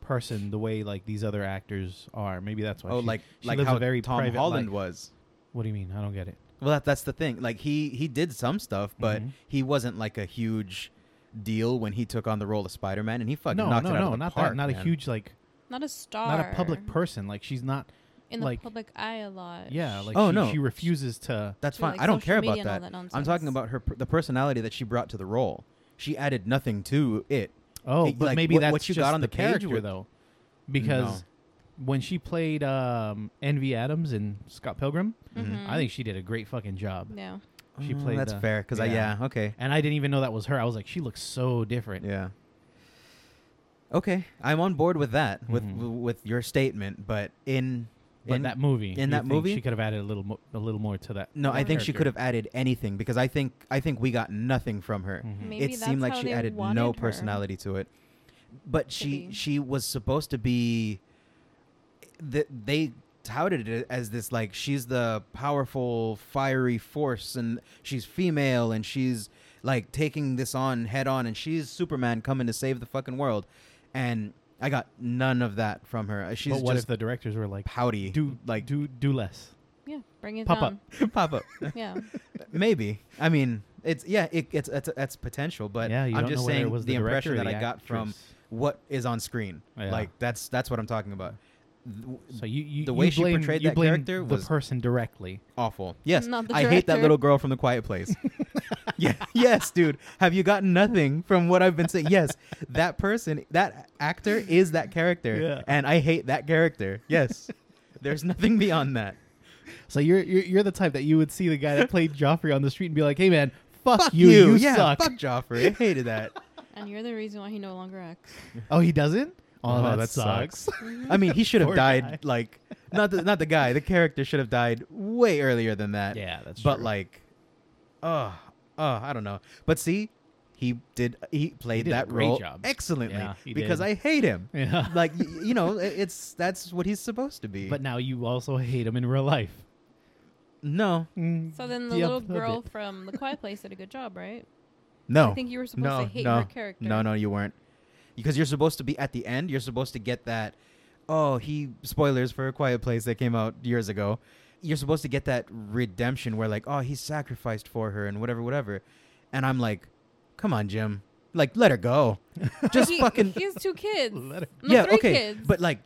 person the way like these other actors are. Maybe that's why. oh she- like she like lives how a very Tom private Holland life. was. What do you mean? I don't get it. Well, that, that's the thing. Like he he did some stuff, but Mhm. he wasn't like a huge deal when he took on the role of Spider Man, and he fucking no, knocked no, it out no, of the not park. that. Not a man. huge like, Not a star. not a public person. Like she's not. in the like- public eye a lot. Yeah, like Oh, she, no. she refuses to. That's to, fine. like, I don't social care about media and all that. that I'm nonsense. talking about her per- the personality that she brought to the role. She added nothing to it. Oh, It- but like, maybe what- that's what you just got on the, the page character would- though, because when she played um, Envy Adams in Scott Pilgrim, mm-hmm. Mhm. I think she did a great fucking job. No. She Mm, played That's the- fair. Because yeah. I yeah okay And I didn't even know that was her. I was like, she looks so different. yeah. Okay, I'm on board with that with Mhm. w- with your statement, but in But in, that movie, in you that think movie? she could have added a little, mo- a little more to that. no, I that think she could character. have added anything because I think I think we got nothing from her. Mhm. Maybe it that's seemed like how she they added no wanted her. personality to it but she be. she was supposed to be th- they touted it as this like she's the powerful fiery force and she's female and she's like taking this on head on and she's superman coming to save the fucking world and i got none of that from her Uh, she's but what just if the directors were like, pouty do like like do do less? Yeah. Bring it Pop up. down. pop up Yeah. Maybe. I mean, it's yeah, it, it's that's that's potential, but yeah, you I'm don't just know whether saying it was the director impression that or the I got from actress. what is on screen. Yeah. Like that's that's what I'm talking about. Th- So you, you The you way she blame- portrayed you that blame character the was- person directly. Awful. Yes, Not the I hate that director. little girl from The Quiet Place. yeah, yes, dude. Have you gotten nothing from what I've been saying? Yes, that person, that actor is that character, Yeah. and I hate that character. Yes, there's nothing beyond that. So you're, you're you're the type that you would see the guy that played Joffrey on the street and be like, "Hey man, fuck, you, you, yeah, suck." fuck Joffrey. I hated that. And you're the reason why he no longer acts. Oh, he doesn't. Oh, Oh, that, that sucks. I mean, he should have Poor died. guy. Like, not the not the guy. The character should have died way earlier than that. yeah, that's but true. like, oh, oh, I don't know. But see, he did. uh, He played did a that great role job. excellently Yeah, he because did. I hate him. yeah. like y- you know, i- it's that's what he's supposed to be. but now you also hate him in real life. no, So then the little girl from The Quiet Place did a good job, right? no, I think you were supposed no, to hate no, her character. no, no, you weren't. Because you're supposed to be at the end. You're supposed to get that. Oh, he spoilers for a Quiet Place that came out years ago. You're supposed to get that redemption where like, oh, he sacrificed for her and whatever, whatever. And I'm like, come on, Jim. Like, let her go. Just He- fucking He has two kids. Let her- No, yeah, three okay, kids. but like,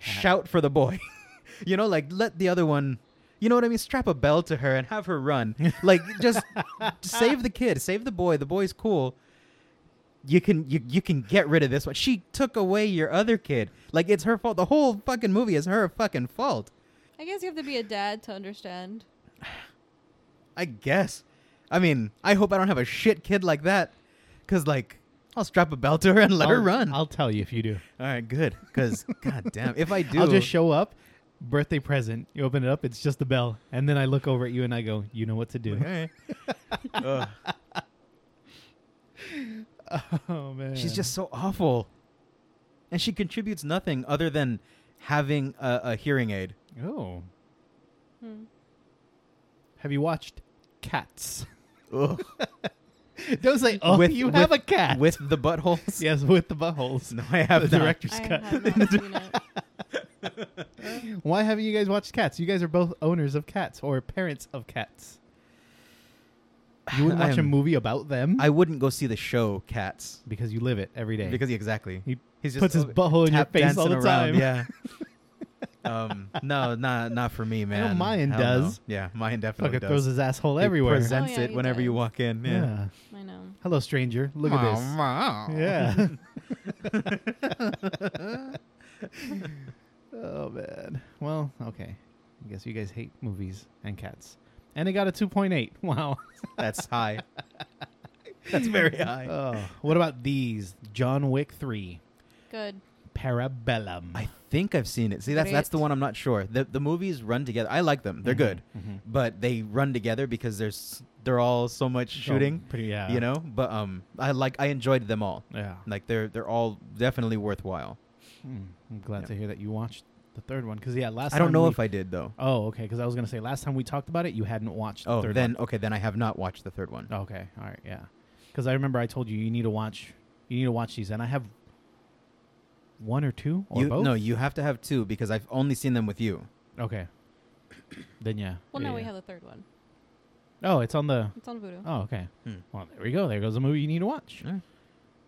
shout for the boy. you know, like let the other one. You know what I mean? Strap a bell to her and have her run. Like, just save the kid, save the boy. The boy's cool. You can you you can get rid of this one. She took away your other kid. Like it's her fault. The whole fucking movie is her fucking fault. I guess you have to be a dad to understand. I guess. I mean, I hope I don't have a shit kid like that. Cause like, I'll strap a bell to her and let her I'll- run. I'll tell you if you do. All right, good. Cause goddamn, if I do, I'll just show up. Birthday present. You open it up. It's just a bell, and then I look over at you and I go, "You know what to do." Okay. Ugh. oh man, She's just so awful. And she contributes nothing other than having a, a hearing aid. Oh, Hmm. have you watched Cats? Ugh. Don't say, "Oh, With- you with- have a cat." With the buttholes. yes, with the buttholes. No, I have the not. director's I cut. have not seen it. Why haven't you guys watched Cats? You guys are both owners of cats or parents of cats. You wouldn't I watch a am- movie about them I wouldn't go see the show Cats. because you live it every day. Because exactly. He He's puts his over- butthole in your tap face all the dancing around. time. Yeah. um no, not not for me, man. mine Hell no. does. Yeah, mine definitely Fucking does. throws his asshole He everywhere. presents Oh, yeah, it he whenever you does. walk in. yeah. Yeah. I know. Hello, stranger. Look at this. Yeah. oh man. Well, okay. I guess you guys hate movies and cats. And it got a 2.8. Wow. That's high. That's very high. Oh, what about these? John Wick 3, Good. Parabellum. I think I've seen it. See, that's that's the Great. one I'm not sure. The the movies run together. I like them. Mm-hmm. They're good, but they run together because there's they're all so much shooting, pretty, Oh, yeah. you know. But um, I like I enjoyed them all. Yeah. Like they're they're all definitely worthwhile. Hmm. I'm glad Yeah. to hear that you watched the third one cuz yeah, last I don't time know we- if I did though. Oh, okay, cuz I was going to say last time we talked about it, you hadn't watched the Oh, third Oh, then okay, then I have not watched the third one. Okay. All right. Yeah. Because I remember I told you you need to watch you need to watch these, and I have one or two or you, both. No, you have to have two because I've only seen them with you. Okay. Then yeah. Well, yeah, now we yeah. have the third one. Oh, it's on the. It's on Voodoo. Oh, okay. Hmm. Well, there we go. There goes a movie you need to watch. Yeah.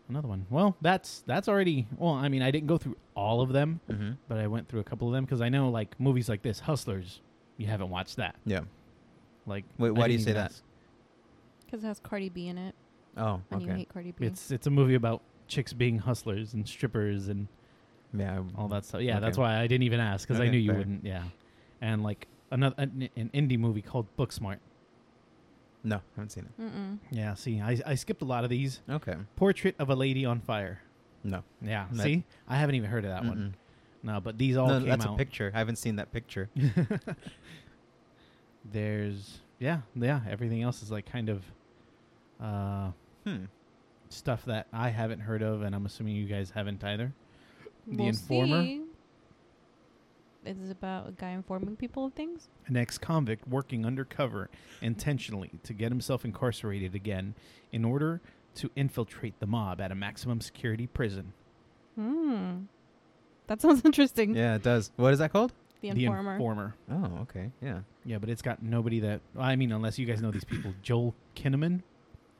Another one. Well, that's that's already. Well, I mean, I didn't go through all of them, Mm-hmm. but I went through a couple of them because I know like movies like this, Hustlers. You haven't watched that. Yeah. Like, Wait, I why do didn't you say even that? ask. Because it has Cardi B in it, Oh, and you okay. hate Cardi B. It's it's a movie about chicks being hustlers and strippers and Yeah. all that stuff. Yeah, Okay. that's why I didn't even ask because I Okay, knew you fair. wouldn't. Yeah, and like another an, an indie movie called Booksmart. No, I haven't seen it. Mm-mm. Yeah, see, I, I skipped a lot of these. Okay. Portrait of a Lady on Fire. No. Yeah, That- see, I haven't even heard of that one. Mm-mm. No, but these all no, came that's out. a picture. I haven't seen that picture. There's yeah, yeah. Everything else is like kind of uh, Hmm. stuff that I haven't heard of, and I'm assuming you guys haven't either. The We'll Informer? See. This is about a guy informing people of things. An ex convict working undercover intentionally to get himself incarcerated again in order to infiltrate the mob at a maximum security prison. Hmm. That sounds interesting. Yeah, it does. What is that called? The Informer. Oh, okay. Yeah. Yeah, but it's got nobody that. I mean, unless you guys know these people Joel Kinnaman,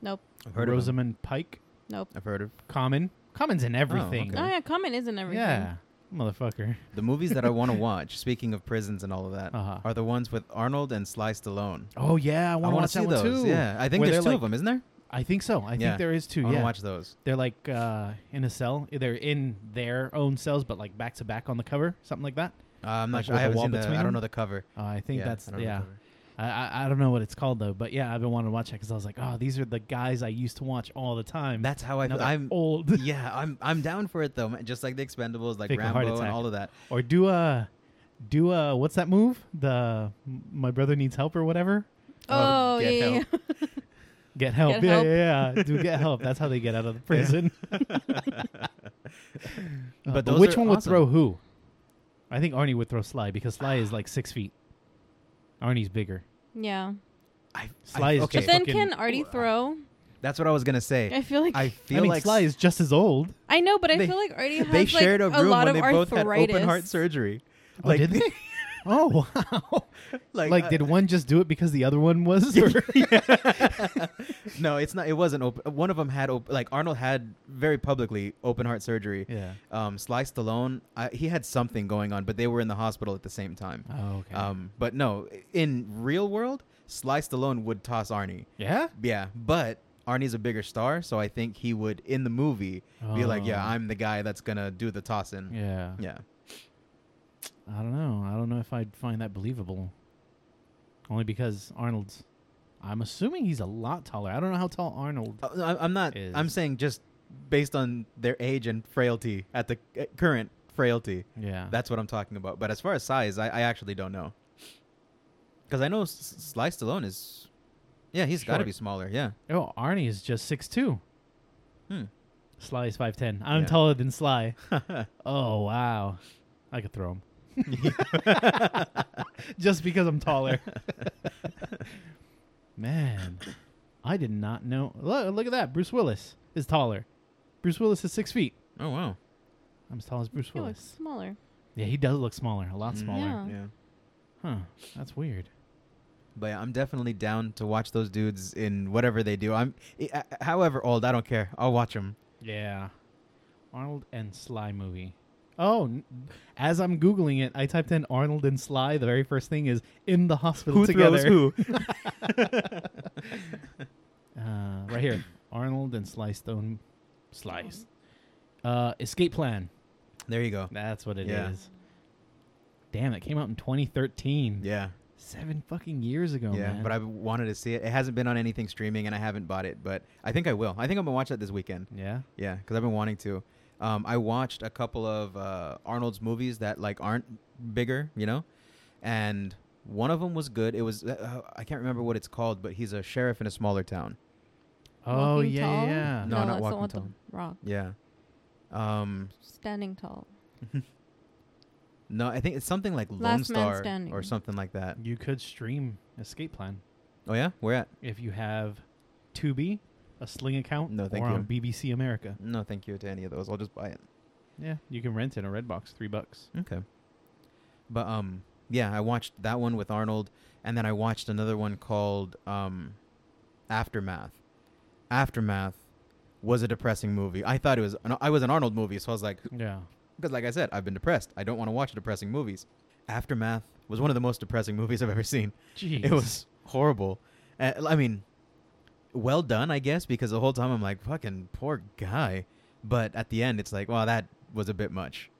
nope. I've heard of him. Rosamund Pike, Nope. I've heard of Common, Comment's in everything. okay. Oh yeah, comment isn't everything. Yeah, motherfucker. The movies that I want to watch, speaking of prisons and all of that, Uh-huh. are the ones with Arnold and Sly Stallone. Oh yeah, I I want to want watch to that see one those. too. Yeah, I think Where there's two they're of like- them, isn't there? I think so. I Yeah. think there is I two. want to yeah, watch those. they're like uh, in a cell. They're in their own cells, but like back to back on the cover, something like that. Uh, I'm not Like sure. I with the haven't wall seen the. between I don't them? know the cover. Uh, I think that's I don't know the yeah. cover. I, I I don't know what it's called though, but yeah, I've been wanting to watch that because I was like, oh, these are the guys I used to watch all the time. That's how I. now Feel. they're I'm old. yeah, I'm I'm down for it though. man. Just like the Expendables, like Fake a heart Rambo and attack. all of that. or do a do a what's that move? The my brother needs help or whatever. Oh, Oh, get yeah. help. yeah. Get help. Get yeah, help. yeah, yeah. Do get help. That's how they get out of the prison. Uh, but those which are one would awesome. throw who? I think Arnie would throw Sly because Sly is like six feet. Arnie's bigger. yeah. I, Sly I, is okay, just But then fucking- can Artie throw? that's what I was gonna say. I feel like I I, feel I mean, like Sly is just as old. know, but I they- feel like Artie has they like shared a, a room lot when of they both arthritis. had open heart surgery. Oh, did they? oh wow! like, Like, uh, did one just do it because the other one was? or- no, it's not. It wasn't open. One of them had op- like Arnold had very publicly open heart surgery. yeah. Um, Sly Stallone, I, he had something going on, but they were in the hospital at the same time. Oh, okay. Um, but no, in real world, Sly Stallone would toss Arnie. yeah. Yeah, but Arnie's a bigger star, so I think he would in the movie be like, "Yeah, Oh. I'm the guy that's gonna do the tossing." Yeah. yeah. I don't know. I don't know if I'd find that believable. Only because Arnold's. I'm assuming he's a lot taller. I don't know how tall Arnold. Uh, I, I'm not. Is- I'm saying just based on their age and frailty at the c- current frailty. Yeah. That's what I'm talking about. But as far as size, I, I actually don't know. Because I know S- Sly Stallone is, yeah, he's got to Short. be smaller. Yeah. oh, Arnie is just six two. Hmm. Sly is five ten. I'm Yeah. taller than Sly. oh wow, I could throw him. just because I'm taller. Man, I did not know. Look, look at that. Bruce Willis is taller. Bruce Willis is six feet. Oh wow. I'm as tall as Bruce He looks Willis. smaller. Yeah, he does look smaller, a lot Mm. smaller. Yeah. Yeah. Huh. That's weird. But yeah, I'm definitely down to watch those dudes in whatever they do. I'm, I- I- however old, I don't care. I'll watch them. Yeah. Arnold and Sly movie. Oh, n- as I'm googling it, I typed in Arnold and Sly. The very first thing is in the hospital Who together. throws who? Uh, right here, Arnold and Sly Stone. Slice. Uh, escape plan. there you go. That's what it is. Yeah. Damn, it came out in 2013. Yeah. Seven fucking years ago, yeah. Oh, man. But I wanted to see it. It hasn't been on anything streaming, and I haven't bought it. But I think I will. I think I'm gonna watch that this weekend. yeah. Yeah, because I've been wanting to. Um, I watched a couple of uh, Arnold's movies that like aren't bigger, you know, and one of them was good. It was uh, uh, I can't remember what it's called, but he's a sheriff in a smaller town. Oh Walking yeah, tall? yeah, No, No, not walking that's the one with tall. the rock. Yeah. Um, Standing tall. no, I think it's something like Lone Last Man Star Standing. or something like that. You could stream escape plan. Oh yeah, where at? if you have Tubi, a Sling account, No, thank or you. on BBC America. No, thank you to any of those. I'll just buy it. Yeah, you can rent it on Redbox, three bucks. Okay. But um yeah, I watched that one with Arnold and then I watched another one called um Aftermath. Aftermath was a depressing movie. I thought it was an, I was an Arnold movie, so I was like Yeah, because like I said, I've been depressed. I don't want to watch depressing movies. Aftermath was one of the most depressing movies I've ever seen. jeez, It was horrible. Uh, I mean, well done, I guess, because the whole time I'm like, fucking poor guy. But at the end, it's like, wow, that was a bit much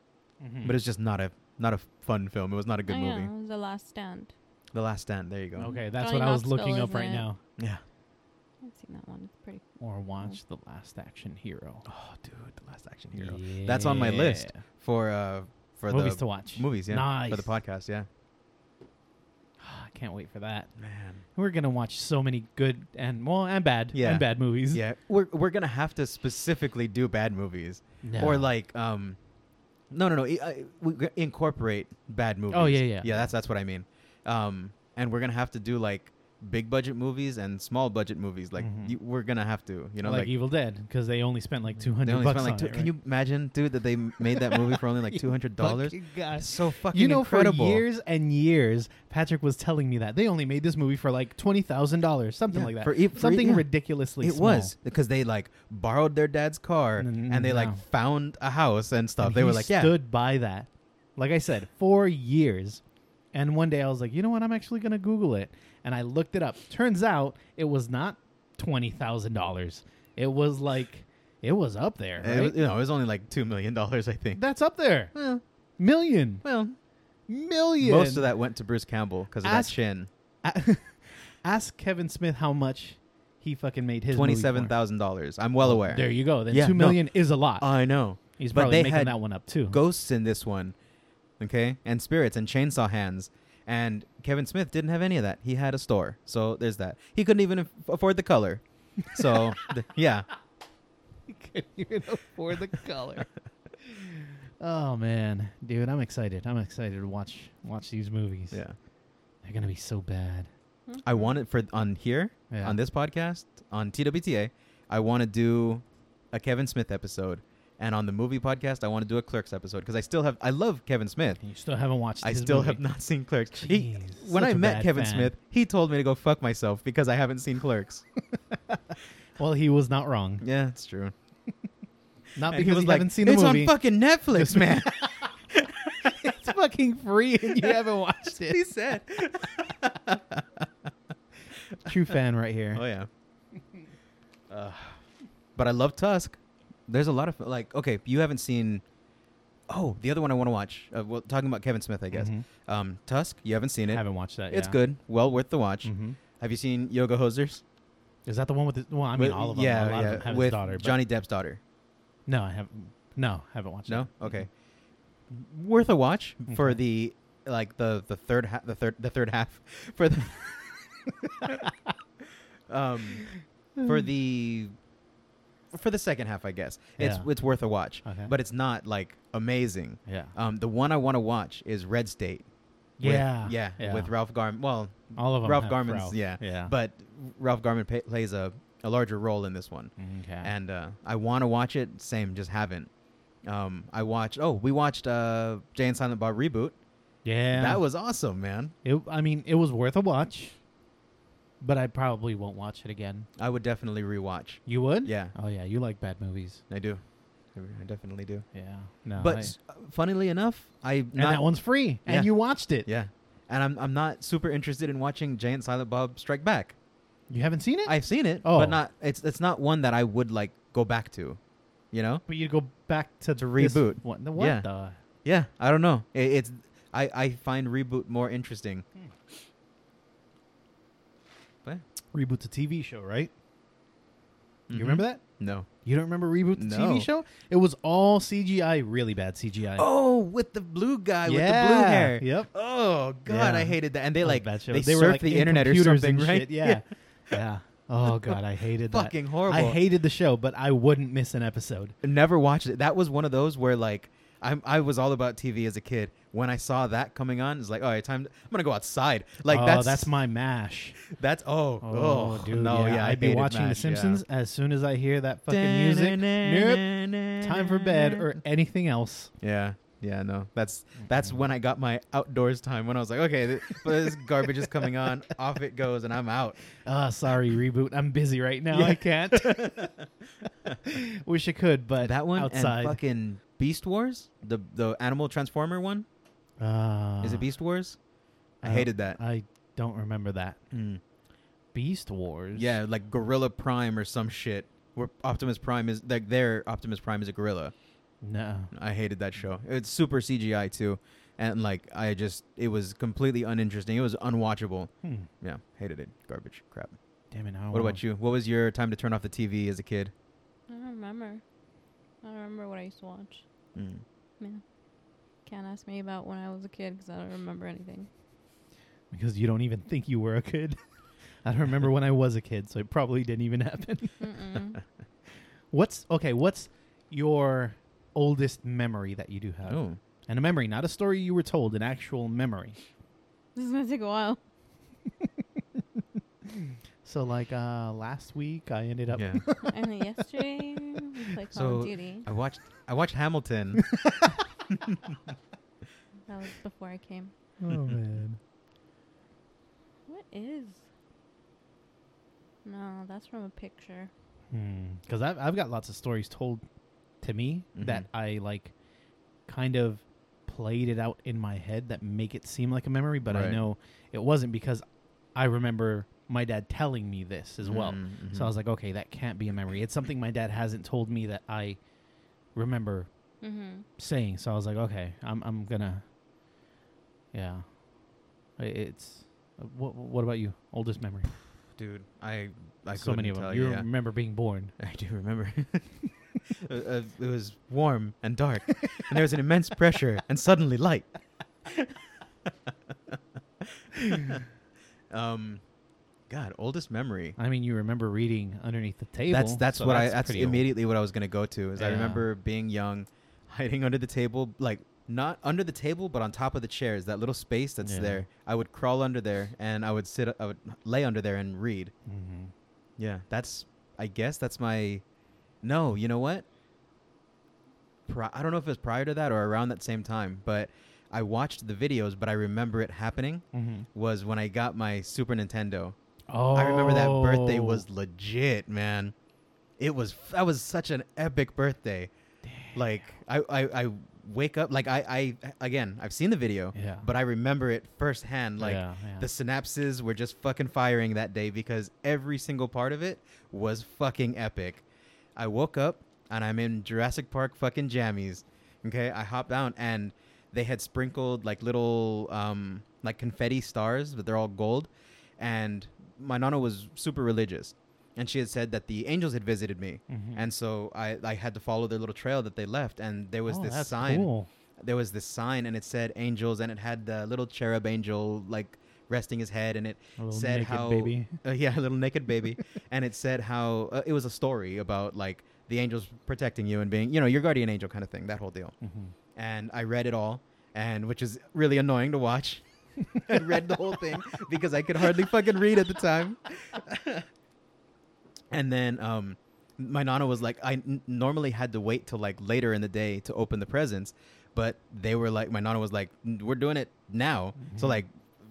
Mhm. but it's just not a not a fun film. It was not a good I movie. know, Oh, The Last Stand. The Last Stand. There you go. okay. That's Johnny what I was Knoxville, looking up isn't right it? now. Yeah. I've seen that one. It's pretty. Or watch the Last Action Hero. Oh, dude, the Last Action Hero. That's on my Yeah. list For uh for movies the to watch. movies, yeah. nice For the podcast, yeah. I can't wait for that. Man. We're gonna watch so many good and well and bad Yeah. and bad movies. Yeah, we're we're gonna have to specifically do bad movies No. or like um, no no no i- I- we g- incorporate bad movies. Oh, yeah, yeah. yeah. That's that's what I mean. Um, and we're gonna have to do like big budget movies and small budget movies. Like Mhm. you, we're gonna have to, you know, like, like, Evil Dead because they only spent like two they hundred only bucks spent like on two, it. can you imagine, dude, that they m- made that movie for only like two hundred dollars? So fucking You know, incredible. for years and years, Patrick was telling me that they only made this movie for like twenty thousand dollars, something Yeah, like that, for e- for e- something yeah. ridiculously. it small. was because they like borrowed their dad's car Mm, and they like no. found a house and stuff. And they he were like, yeah, stood by that. Like I said, for years. And one day I was like, you know what? I'm actually gonna Google it. And I looked it up. Turns out it was not twenty thousand dollars. It was like it was up there. And it right? was- you know, it was only like two million dollars, I think. That's up there. Well, Million. well, Million. most of that went to Bruce Campbell because of that Ask- chin. that. Ask Kevin Smith how much he fucking made his movie for. Oh, Twenty-seven thousand dollars. I'm well aware. There you go. Then Yeah, two no. million is a lot. I know. He's but probably they making had that one up too. ghosts in this one, okay, and spirits and chainsaw hands. And Kevin Smith didn't have any of that. He had a store, so there's that. He couldn't even aff- afford the color, so th- yeah. You couldn't even afford the color. oh man, dude, I'm excited. I'm excited to watch watch these movies. Yeah, They're gonna be so bad. Hmm? I want it for on here Yeah. on this podcast on TWTA. I want to do a Kevin Smith episode, and on the movie podcast, I want to do a Clerks episode because I still have I love Kevin Smith. And you still haven't watched. I his still movie. have not seen Clerks. He, Jeez, when such I a met bad Kevin fan. Smith, he told me to go fuck myself because I haven't seen Clerks. Well, he was not wrong. yeah, it's true. Not And because you haven't seen the it's movie. on fucking Netflix, man. it's fucking free, and you haven't watched it. he said. True fan right here. Oh yeah. Uh, but I love Tusk. There's a lot of like. Okay, you haven't seen. Oh, the other one I want to watch. Uh, well, talking about Kevin Smith, I guess. Mhm. Um, Tusk. You haven't seen I it. haven't watched that. It's yeah. good. Well worth the watch. hmm Have you seen Yoga Hosers? Is that the one with? The, well, I mean, With- all of them. Yeah, a lot yeah. of them have with his daughter. but- Johnny Depp's daughter. No, I haven't. No, I haven't watched. No. it. Okay. Worth a watch for Okay. the like the the third ha- the third the third half for the um for the for the second half, I guess. It's Yeah. it's worth a watch, Mm-hmm. Okay. but it's not like amazing. Yeah. Um, the one I want to watch is Red State. with- Yeah, yeah, yeah. with Ralph Garman. Well, All of them. Ralph have Garman's Ralph. yeah, Yeah. But Ralph Garman pa- plays a a larger role in this one Okay. and uh, I want to watch it. Same, just haven't. Um, I watched. Oh, we watched uh, Jay and Silent Bob reboot. yeah, That was awesome, man. It, I mean, it was worth a watch, but I probably won't watch it again. I would definitely rewatch. You would? Yeah. Oh yeah, you like bad movies. I do. I definitely do. Yeah. No. but I- s- uh, funnily enough, I and not, that one's free, Yeah. and you watched it. Yeah, and I'm I'm not super interested in watching Jay and Silent Bob Strike Back. You haven't seen it? I've seen it, Oh. but not it's it's not one that I would like go back to. You know? but you go back to To this reboot. One. The- What Yeah. the? Yeah. I don't know. It, it's I I find reboot more interesting. What? Reboot's a TV show, right? Mhm. You remember that? No. You don't remember reboot No. the TV show? It was all CGI, really bad CGI. Oh, with the blue guy with the blue Yeah. hair. Yep. Oh God, Yeah. I hated that. And they That was like bad show. they, surfed were like the in internet or computers something, and right? shit. Yeah. yeah. Oh god, I hated that. Fucking horrible. I hated the show, but I wouldn't miss an episode. Never watched it. That was one of those where like I'm, I was all about TV as a kid. When I saw that coming on, it's like, all right, time. I'm gonna go outside. Like oh, that's that's my mash. that's oh Oh, dude, no yeah, I I'd be hated watching The MASH, yeah. Simpsons as soon as I hear that fucking music. Nope, time for bed or anything else. yeah yeah no that's that's when I got my outdoors time when I was like okay th- this garbage is coming on off it goes and I'm out Ah, sorry, reboot. I'm busy right now. Yeah. I can't. Wish I could, but that one outside. and fucking Beast Wars, the the animal transformer one. Ah, Is it Beast Wars? I don't- hated that. I don't remember that. Mm. Beast Wars. Yeah, like Gorilla Prime or some shit. Where Optimus Prime is like their Optimus Prime is a gorilla. No. I hated that show. It's super CGI too, and like I just it was completely uninteresting. It was unwatchable. Hmm. Yeah, hated it. Garbage crap. Damn it. now I What wanna- about you? What was your time to turn off the TV as a kid? I don't remember. I don't remember what I used to watch. Mm. Can't ask me about when I was a kid because I don't remember anything. Because you don't even think you were a kid. I don't remember when I was a kid, so it probably didn't even happen. Mm-mm. What's okay? What's your oldest memory that you do have? Oh, And a memory, not a story you were told, an actual memory. this is gonna take a while. So like uh last week I ended up Yeah. and then yesterday, we played Call So- of Duty. I watched I watched Hamilton. That was before I came. Oh man. What is? No, that's from a picture. Cuz Hmm, I've I've got lots of stories told to me that Mhm. I like kind of played it out in my head that make it seem like a memory, but I Right. know it wasn't because I remember my dad telling me this as well. Mhm, So I was mhm. like, okay, that can't be a memory. It's something my dad hasn't told me that I remember Mm-hmm. saying. So I was like, okay, I'm I'm gonna, yeah. I- It's what what about you? Oldest memory? dude, I I so couldn't many of them. tell You yeah. remember being born? I do remember. Uh, uh, it was warm and dark, and there was an immense pressure, and suddenly light. um, God, oldest memory. I mean, you remember reading underneath the table. That's that's so what I that's pretty old. immediately what I was gonna go to. Is I Yeah. remember being young, hiding under the table, like not under the table, but on top of the chairs. That little space that's Yeah. there. I would crawl under there, and I would sit. I would lay under there and read. Mhm. Yeah, that's. I guess that's my. No, you know what? Pri- I don't know if it was prior to that or around that same time, but I watched the videos, but I remember it happening Mhm. was when I got my Super Nintendo. Oh, I remember that birthday was legit, man. It was that was such an epic birthday. Like I, I, I wake up like I, I again I've seen the video, Yeah. but I remember it firsthand. Like Yeah, yeah. the synapses were just fucking firing that day because every single part of it was fucking epic. I woke up and I'm in Jurassic Park fucking jammies. Okay, I hop down and they had sprinkled like little um like confetti stars, but they're all gold. And my nana was super religious, and she had said that the angels had visited me, Mhm. and so I I had to follow their little trail that they left, and there was Oh, this that's sign cool. there was this sign and it said angels and it had the little cherub angel like resting his head and it A little said naked how baby. Uh, yeah a little naked baby and it said how uh, it was a story about like the angels protecting you and being you know your guardian angel kind of thing that whole deal Mhm. and I read it all and which is really annoying to watch I read the whole thing because I could hardly fucking read at the time and then um my nana was like I n- normally had to wait till like later in the day to open the presents but they were like my nana was like "N- we're doing it now so Mhm. like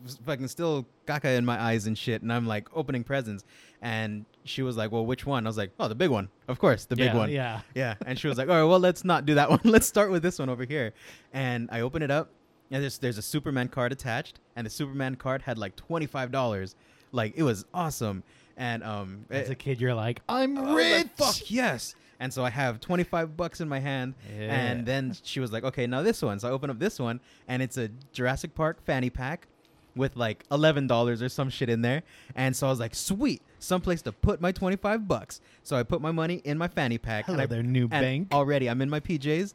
s- fucking still caca in my eyes and shit and i'm like opening presents and she was like well which one i was like oh the big one of course the big Yeah, one Yeah. yeah and she was like all right well let's not do that one let's start with this one over here and i open it up and there's, there's a superman card attached and the superman card had like $25 like it was awesome and um As a it- kid, you're like, I'm I was rich. like, Oh, fuck yes and so i have 25 bucks in my hand Yeah. and then she was like okay now this one so i open up this one and it's a jurassic park fanny pack with like $11 or some shit in there and so i was like sweet someplace to put my 25 bucks so i put my money in my fanny pack and Hello I there, new and bank. already. I'm in my PJs.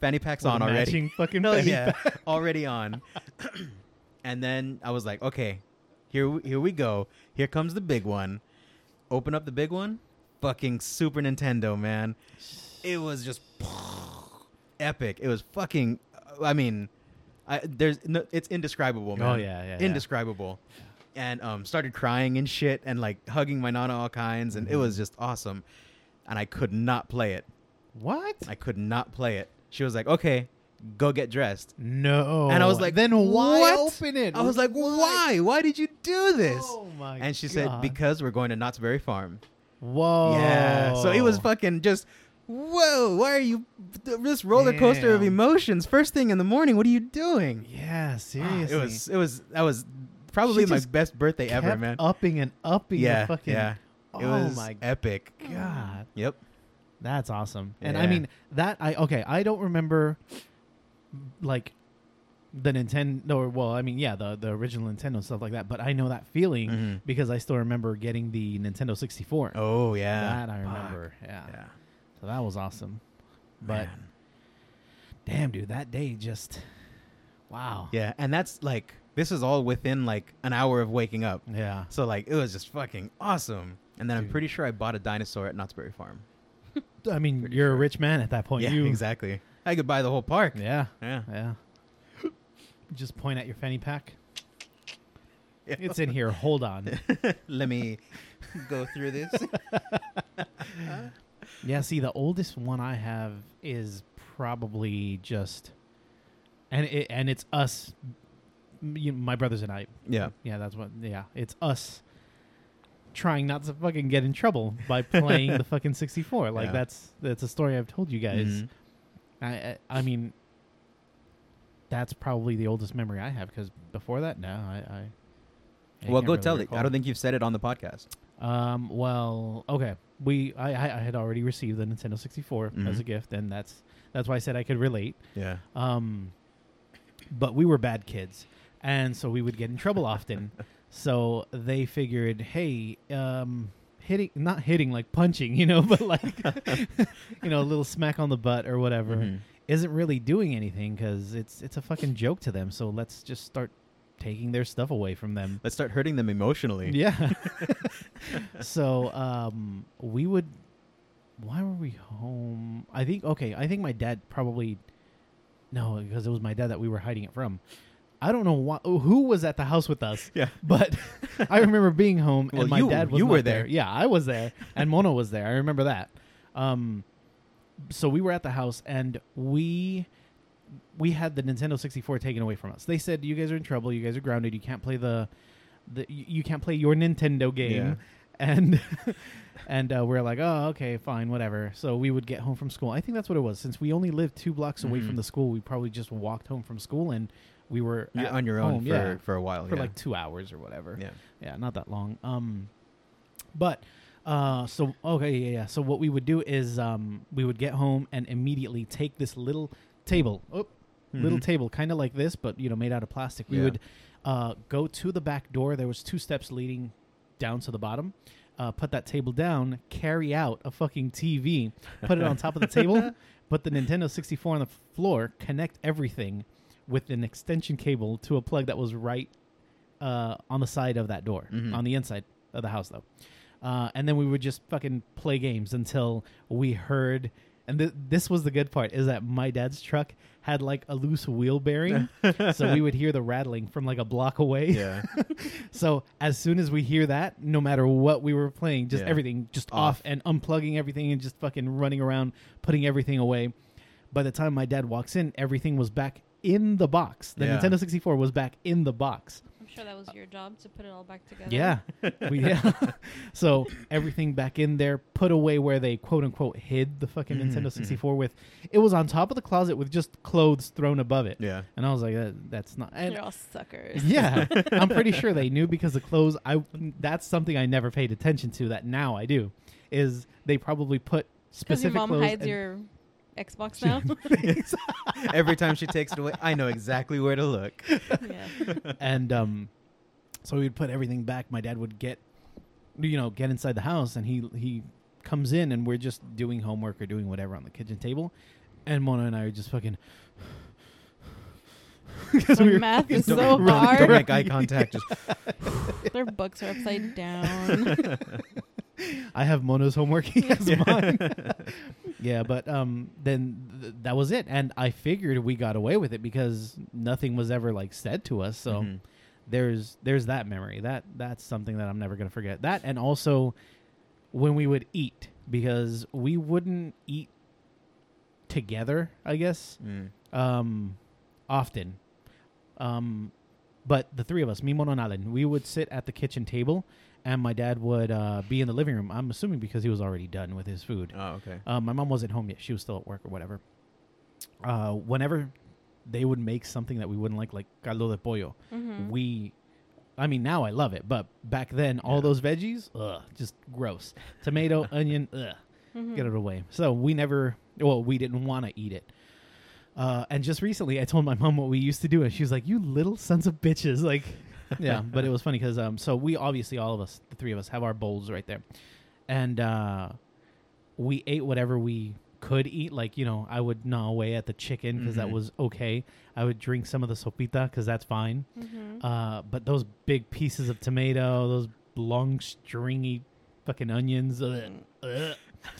Fanny pack's With on a already. matching Fucking No, fanny yeah, pack. already on. and then I was like, okay, here we- here we go. Here comes the big one. Open up the big one. Fucking Super Nintendo, man. It was just epic. It was fucking. I mean, I, there's no, it's indescribable, man. Oh, yeah, yeah, yeah. indescribable. And um, started crying and shit, and like hugging my nana all kinds, and it Mm-hmm. was just awesome. And I could not play it. What? I could not play it. She was like, "Okay, go get dressed." no. and I was like, then why "What?" open it? I was like, "Why? Why did you do this?" Oh my and she said, God. Oh. "Because we're going to Knott's Berry Farm." Whoa. Yeah. So it was fucking just, whoa! Why are you this roller coaster of Damn. emotions? First thing in the morning, what are you doing? Yeah, Ah, seriously. It was. It was. That was probably She my just best birthday kept ever, man. Upping and upping. the yeah. Fucking, yeah. It Oh was my epic. God. Yep. That's awesome. And I Yeah. mean that I okay, I don't remember like the Nintendo or well, I mean, yeah, the the original Nintendo and stuff like that, but I know that feeling Mhm. because I still remember getting the Nintendo 64. Oh yeah. that I Fuck. remember. Yeah. Yeah. So that was awesome. But Man. damn, dude, that day just wow. yeah, and that's like this is all within like an hour of waking up. Yeah. So like it was just fucking awesome. And then I'm Dude. pretty sure I bought a dinosaur at Knott's Berry Farm. I mean, Pretty you're a sure. rich man at that point. yeah, Oh, you, exactly. I could buy the whole park. Yeah. Yeah. Yeah. Just point at your fanny pack. It's in here. Hold on. Let me go through this. Yeah, see, the oldest one I have is probably just, and it, and it's us, m- you my brothers and I. yeah. Yeah, that's what. Yeah, it's us trying not to fucking get in trouble by playing the fucking sixty four. Like Yeah. that's that's a story I've told you guys. Mhm. I, I I mean, that's probably the oldest memory I have because before that, no, I. I I well, can't go really tell it. I recall. don't think you've said it on the podcast. Um. Well. Okay. We. I. I I had already received the Nintendo 64 as Mhm. a gift, and that's that's why I said I could relate. Yeah. Um. But we were bad kids, and so we would get in trouble often. so they figured, hey, um, hitting not hitting like punching, you know, but like, you know, a little smack on the butt or whatever Mhm. isn't really doing anything because it's it's a fucking joke to them. So let's just start taking their stuff away from them. Let's start hurting them emotionally. Yeah. so um, we would. Why were we home? I think okay. I think my dad probably. No, because it was my dad that we were hiding it from. I don't know why, who was at the house with us, Yeah. but I remember being home Well, and my you- dad was you not were there. there. Yeah, I was there and Mona was there. I remember that. Um, so we were at the house and we we had the Nintendo 64 taken away from us. They said you guys are in trouble. You guys are grounded. You can't play the the you you can't play your Nintendo game. Yeah. And and uh, we're like, oh, okay, fine, whatever. So we would get home from school. I think that's what it was. Since we only lived two blocks away Mhm. from the school, we probably just walked home from school and we were You're at on your own home, for, Oh, yeah, for a while. for Oh, yeah. like two hours or whatever yeah. yeah not that long um but uh so okay yeah yeah so what we would do is um we would get home and immediately take this little table oh, little Mhm. table kind of like this but you know made out of plastic we Yeah. would uh go to the back door there was two steps leading down to the bottom uh, put that table down carry out a fucking tv put it on top of the table put the nintendo 64 on the floor connect everything with an extension cable to a plug that was right uh, on the side of that door, Mhm. on the inside of the house, though. Uh, and then we would just fucking play games until we heard. And th- this was the good part is that my dad's truck had like a loose wheel bearing, so we would hear the rattling from like a block away. Yeah. So as soon as we hear that, no matter what we were playing, just Yeah. everything just off. Off. and unplugging everything and just fucking running around putting everything away. By the time my dad walks in, everything was back in the box. The Yeah. Nintendo 64 was back in the box. I'm sure Uh, that was your job to put it all back together. Yeah. We- yeah. so everything back in there, put away where they quote unquote hid the fucking Mm-hmm, Mhm, Nintendo mhm. 64 with. It was on top of the closet with just clothes thrown above it. Yeah. And I was like, that, that's not. and- You're all suckers. yeah. I'm pretty sure they knew because the clothes, I that's something I never paid attention to that now I do, is they probably Because put your specific mom clothes. hides and- your Xbox now. Every time she takes it away, I know exactly where to look. yeah. and um, so we'd put everything back. My dad would get, you know, get inside the house, and he he comes in, and we're just doing homework or doing whatever on the kitchen table, and Mona and I are just fucking. 'Cause The we were math fucking is doing- so don't, hard. Don't make eye contact. Just, Their books are upside down. I have Mono's homework. He has mine. yeah, but um, then th- that was it, and I figured we got away with it because nothing was ever like said to us. So Mhm. there's there's that memory. That that's something that I'm never gonna forget. That and also when we would eat because we wouldn't eat together. I guess Mm. um, often. Um, but the three of us, me, Mono, and Alan, we would sit at the kitchen table, and my dad would uh, be in the living room. I'm assuming because he was already done with his food. Oh, okay. Uh, my mom wasn't home yet; she was still at work or whatever. Uh, whenever they would make something that we wouldn't like, like caldo de pollo, Mhm. we. I mean, now I love it, but back then, all Yeah. those veggies, ugh, just gross. Tomato, onion, ugh Mhm. get it away. So we never, well, we didn't want to eat it. Uh, and just recently, I told my mom what we used to do, and she was like, "You little sons of bitches!" Like, yeah. But it was funny because um, so we obviously all of us, the three of us, have our bowls right there, and uh, we ate whatever we could eat. Like, you know, I would gnaw away at the chicken because that Mhm. was okay. I would drink some of the sopita because that's fine. Mhm. Uh, but those big pieces of tomato, those long stringy fucking onions. ugh, ugh.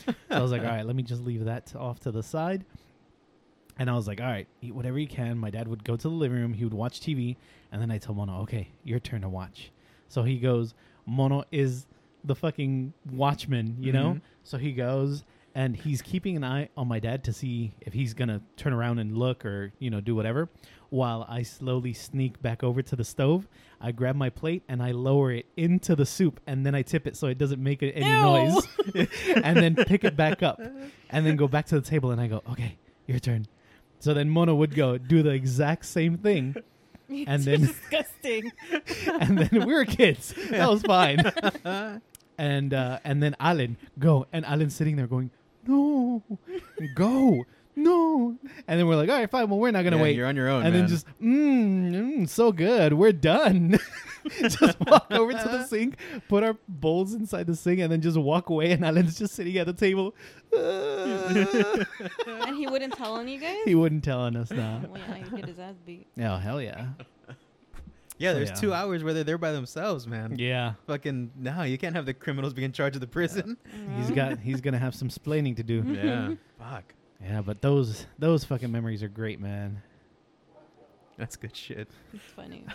So I was like, all right, let me just leave that to, off to the side. And I was like, all right, eat whatever you can. My dad would go to the living room. He would watch TV. And then I told Mona, okay, your turn to watch. So he goes, Mono is the fucking watchman, you know? Mhm. So he goes and he's keeping an eye on my dad to see if he's gonna turn around and look or, you know, do whatever. While I slowly sneak back over to the stove, I grab my plate and I lower it into the soup and then I tip it so it doesn't make any Ew. noise. and then pick it back up and then go back to the table and I go, Okay, your turn. So then Mona would go do the exact same thing And It's then- disgusting. and then we were kids. That was fine. and uh, and then Alan go, and Alan sitting there going, no, go, no. And then we're like, all right, fine. Well, we're not gonna Yeah, wait. You're on your own. and then man. just mm, mm, so good. We're done. just walk over to the sink, put our bowls inside the sink, and then just walk away. And Alan's just sitting at the table. and he wouldn't tell on you guys. he wouldn't tell on us now. Well, yeah, he'd get his ass beat. Oh hell yeah, yeah. There's yeah. two hours where they're there by themselves, man. yeah. Fucking no, you can't have the criminals be in charge of the prison. Mm-hmm. He's got. He's gonna have some splaining to do. Yeah. Fuck. Yeah, but those those fucking memories are great, man. That's good shit. It's funny.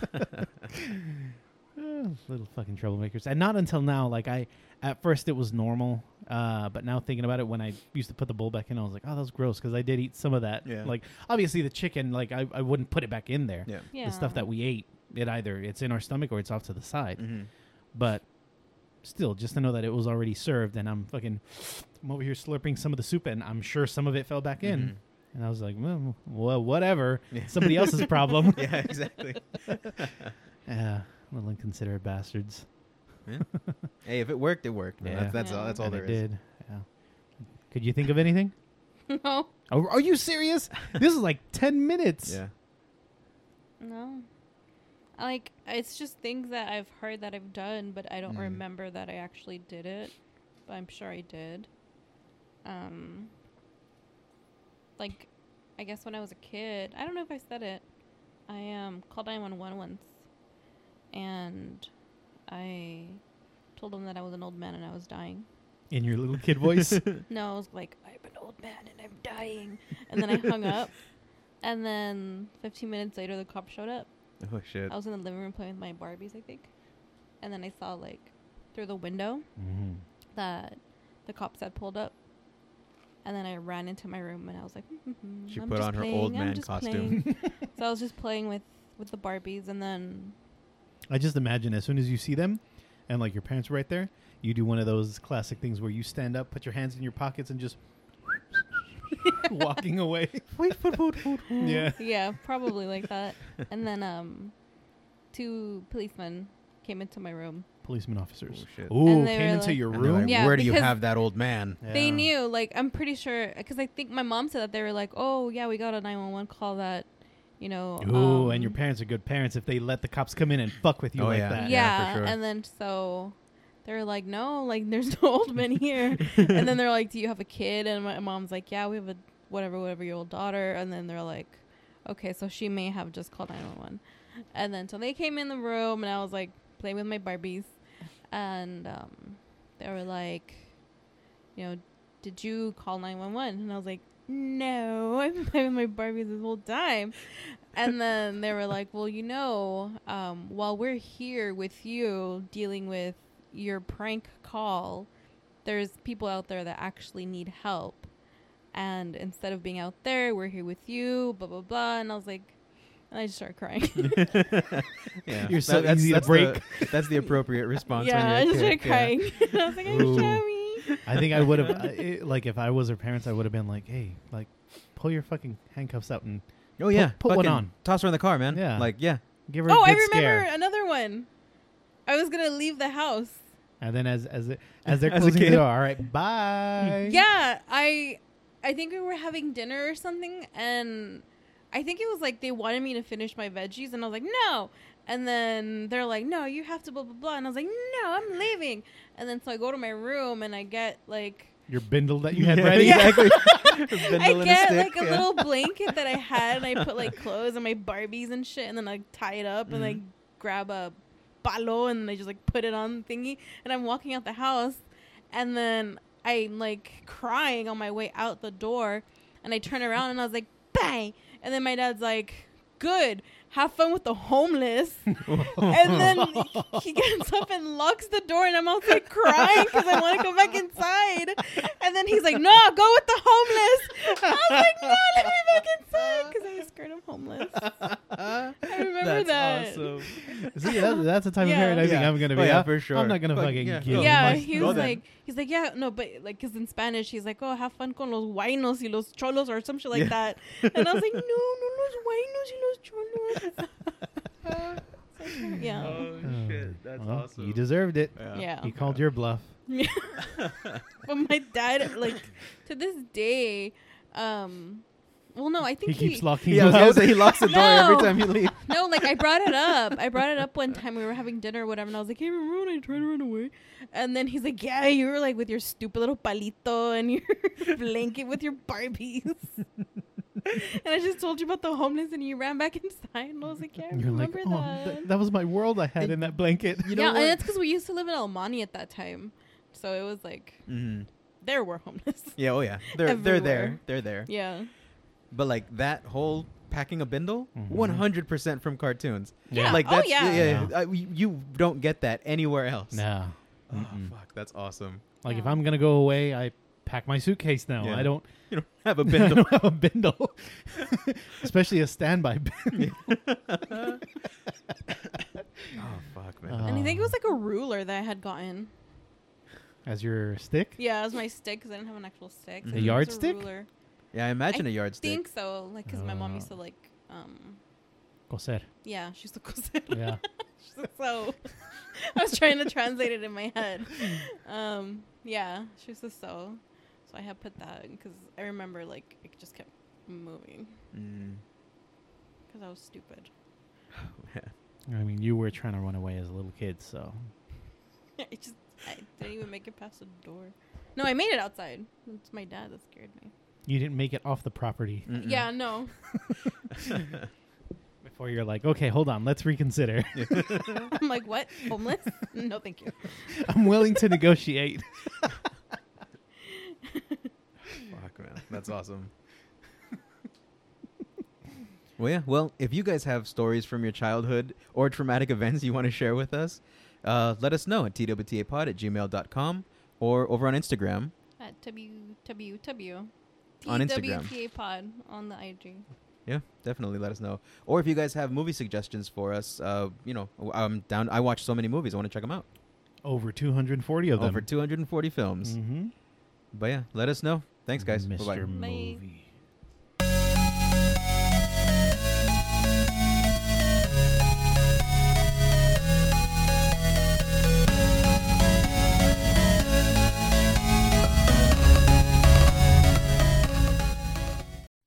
Ugh, little fucking troublemakers. And not until now, like I at first it was normal, uh, but now thinking about it, when I used to put the bowl back in, I was like, oh, that was gross because I did eat some of that. Yeah. Like obviously the chicken, like I, I wouldn't put it back in there. Yeah. Yeah. The stuff that we ate, it either it's in our stomach or it's off to the side. Mm-hmm. But still, just to know that it was already served, and I'm fucking I'm over here slurping some of the soup, and I'm sure some of it fell back Mm-hmm. in. And I was like, well, well whatever. Yeah. Somebody else's problem. yeah. Exactly. Yeah, little inconsiderate bastards. hey, if it worked, it worked. Man. Yeah. That's, that's all. Yeah. That's all And there it is. did. Yeah. Could you think of anything? no, Are, are you serious? this is like ten minutes. Yeah. no. I Like it's just things that I've heard that I've done, but I don't Mm. remember that I actually did it. But I'm sure I did. Um, like, I guess when I was a kid, I don't know if I said it. I um called nine one one once, and I told them that I was an old man and I was dying. In your little kid voice. No, I was like, I'm an old man and I'm dying. And then I hung up. And then 15 minutes later, the cop showed up. Oh shit. I was in the living room playing with my Barbies, I think. And then I saw, like, through the window Mhm. that the cops had pulled up. And then I ran into my room and I was like, "Mhm, She I'm put just on her playing, old I'm man just costume. playing." so I was just playing with, with the Barbies. And then, I just imagine as soon as you see them, and like your parents were right there, you do one of those classic things where you stand up, put your hands in your pockets, and just walking away. yeah. yeah, probably like that. And then um, two policemen came into my room. Policeman officers. Oh, shit. Ooh, And they came were into like- your And they're room. like, Yeah, Where do you because- have that old man? They Yeah. knew, like, I'm pretty sure, because I think my mom said that they were like, oh, yeah, we got a 911 call that, you know. Ooh, and um, your parents are good parents if they let the cops come in and fuck with you Oh, like yeah. that. Yeah, Yeah, for sure. and then so they were like, no, like, there's no old men here. and then they're like, do you have a kid? And my mom's like, yeah, we have a whatever, whatever year old daughter. And then they're like, okay, so she may have just called 911. And then so they came in the room, and I was like playing with my Barbies, and um, they were like, you know, did you call 911? And I was like, no, I've been playing with my Barbies this whole time. And then they were like, well, you know, um, while we're here with you dealing with your prank call, there's people out there that actually need help. And instead of being out there, we're here with you, blah, blah, blah. And I was like, and I just started crying. Yeah. You're so that's, easy to that's break. The, that's the appropriate response. yeah, I when just you're a started kid. Yeah. crying. I was like, I'm Ooh. sorry. I think I would have, I- it- like, if I was her parents, I would have been like, "Hey, like, pull your fucking handcuffs out and Oh yeah, put one Fucking on. Toss her in the car, man. Yeah. like yeah. give her Oh, a I good remember scare." another one. I was going to leave the house. And then as as it, as they're As a closing the kid. door, all right, bye. Yeah, I I think we were having dinner or something and I think it was like they wanted me to finish my veggies and I was like, "No." And then they're like, "No, you have to blah blah blah." And I was like, "No, I'm leaving." And then so I go to my room and I get like your bindle that you had Yeah, ready. Exactly. I get like a little blanket that I had and I put like clothes and my Barbies and shit and then I tie it up and I grab a palo and I just like put it on the thingy and I'm walking out the house and then I'm like crying on my way out the door and I turn around and I was like bang and then my dad's like good. Have fun with the homeless. and then he gets up and locks the door, and I'm outside crying because I want to go back inside. And then he's like, "No, go with the homeless." I was like, "No, let me back inside," because I was scared of homeless. I remember That's that. Awesome. See, that's, that's the type Yeah. of parent I think Yeah. I'm gonna Oh, be. yeah, I- for sure. I'm not gonna Fuck, fucking yeah, give. go. yeah, my- he go was then. like, he's like, yeah, no, but like, because in Spanish, he's like, oh, have fun con los guainos y los cholos or some shit like Yeah. that. And I was like, no, no, los guainos y los cholos. So, yeah. Oh Oh, shit, that's well, awesome. You deserved it. Yeah. You called your bluff. Yeah. but my dad, like, to this day, um, well, no, I He think he, keeps locking Yeah, I you was gonna out. say he locks the door every No. time you leave. no, like I brought it up. I brought it up one time. We were having dinner or whatever, and I was like, "Hey, remember when I tried to run away?" And then he's like, "Yeah, you were like with your stupid little palito and your blanket with your Barbies." and I just told you about the homeless, and you ran back inside, and I was like, "Yeah, I You're like, remember oh, that." th- that was my world I had in that blanket. You know yeah, what? and it's because we used to live in El Monte at that time, so it was like Mhm. there were homeless. Yeah, oh yeah, they're they're there, Everywhere. they're there. Yeah, But like that whole packing a bindle, Mhm. one hundred percent from cartoons. Yeah. like Oh, that's yeah. yeah, Yeah. I- you- you don't get that anywhere else. No. Oh, Mm-mm. fuck, that's awesome. Like if Yeah. I'm gonna go away, I pack my suitcase now. Yeah. I don't. You don't have a I don't bindle. have a bindle, especially a standby bindle. oh fuck, man. Uh, and I think it was like a ruler that I had gotten. As your stick, Yeah, it was my stick because I didn't have an actual stick. Mhm. A I think it was yardstick? ruler. yeah, I imagine a I yardstick. think so. Like, because my mom Uh, used to like, um, coser. yeah, she used to coser. Yeah. She's like, so I was trying to translate it in my head. Um, yeah, she used to sew. So I had put that because I remember like it just kept moving Mm. because I was stupid. I mean, you were trying to run away as a little kid, so I just I didn't even make it past the door. No, I made it outside. It's my dad that scared me. you didn't make it off the property Mm-mm. Yeah, no. before you're like, okay, hold on, let's reconsider. I'm like, what? Homeless? no, thank you. I'm willing to negotiate. Fuck, man. That's awesome. well, yeah. Well, if you guys have stories from your childhood or traumatic events you want to share with us, uh, let us know at twtapod at gmail.com or over on Instagram. At www. On Instagram. TWTA pod on the IG. Yeah, definitely let us know. Or if you guys have movie suggestions for us, uh, you know, I'm down. I watch so many movies. I want to check them out. Over 240 of them. Over 240 films. mm-hmm. But yeah, let us know. Thanks, guys. Mr. Bye-bye. Bye. Movie.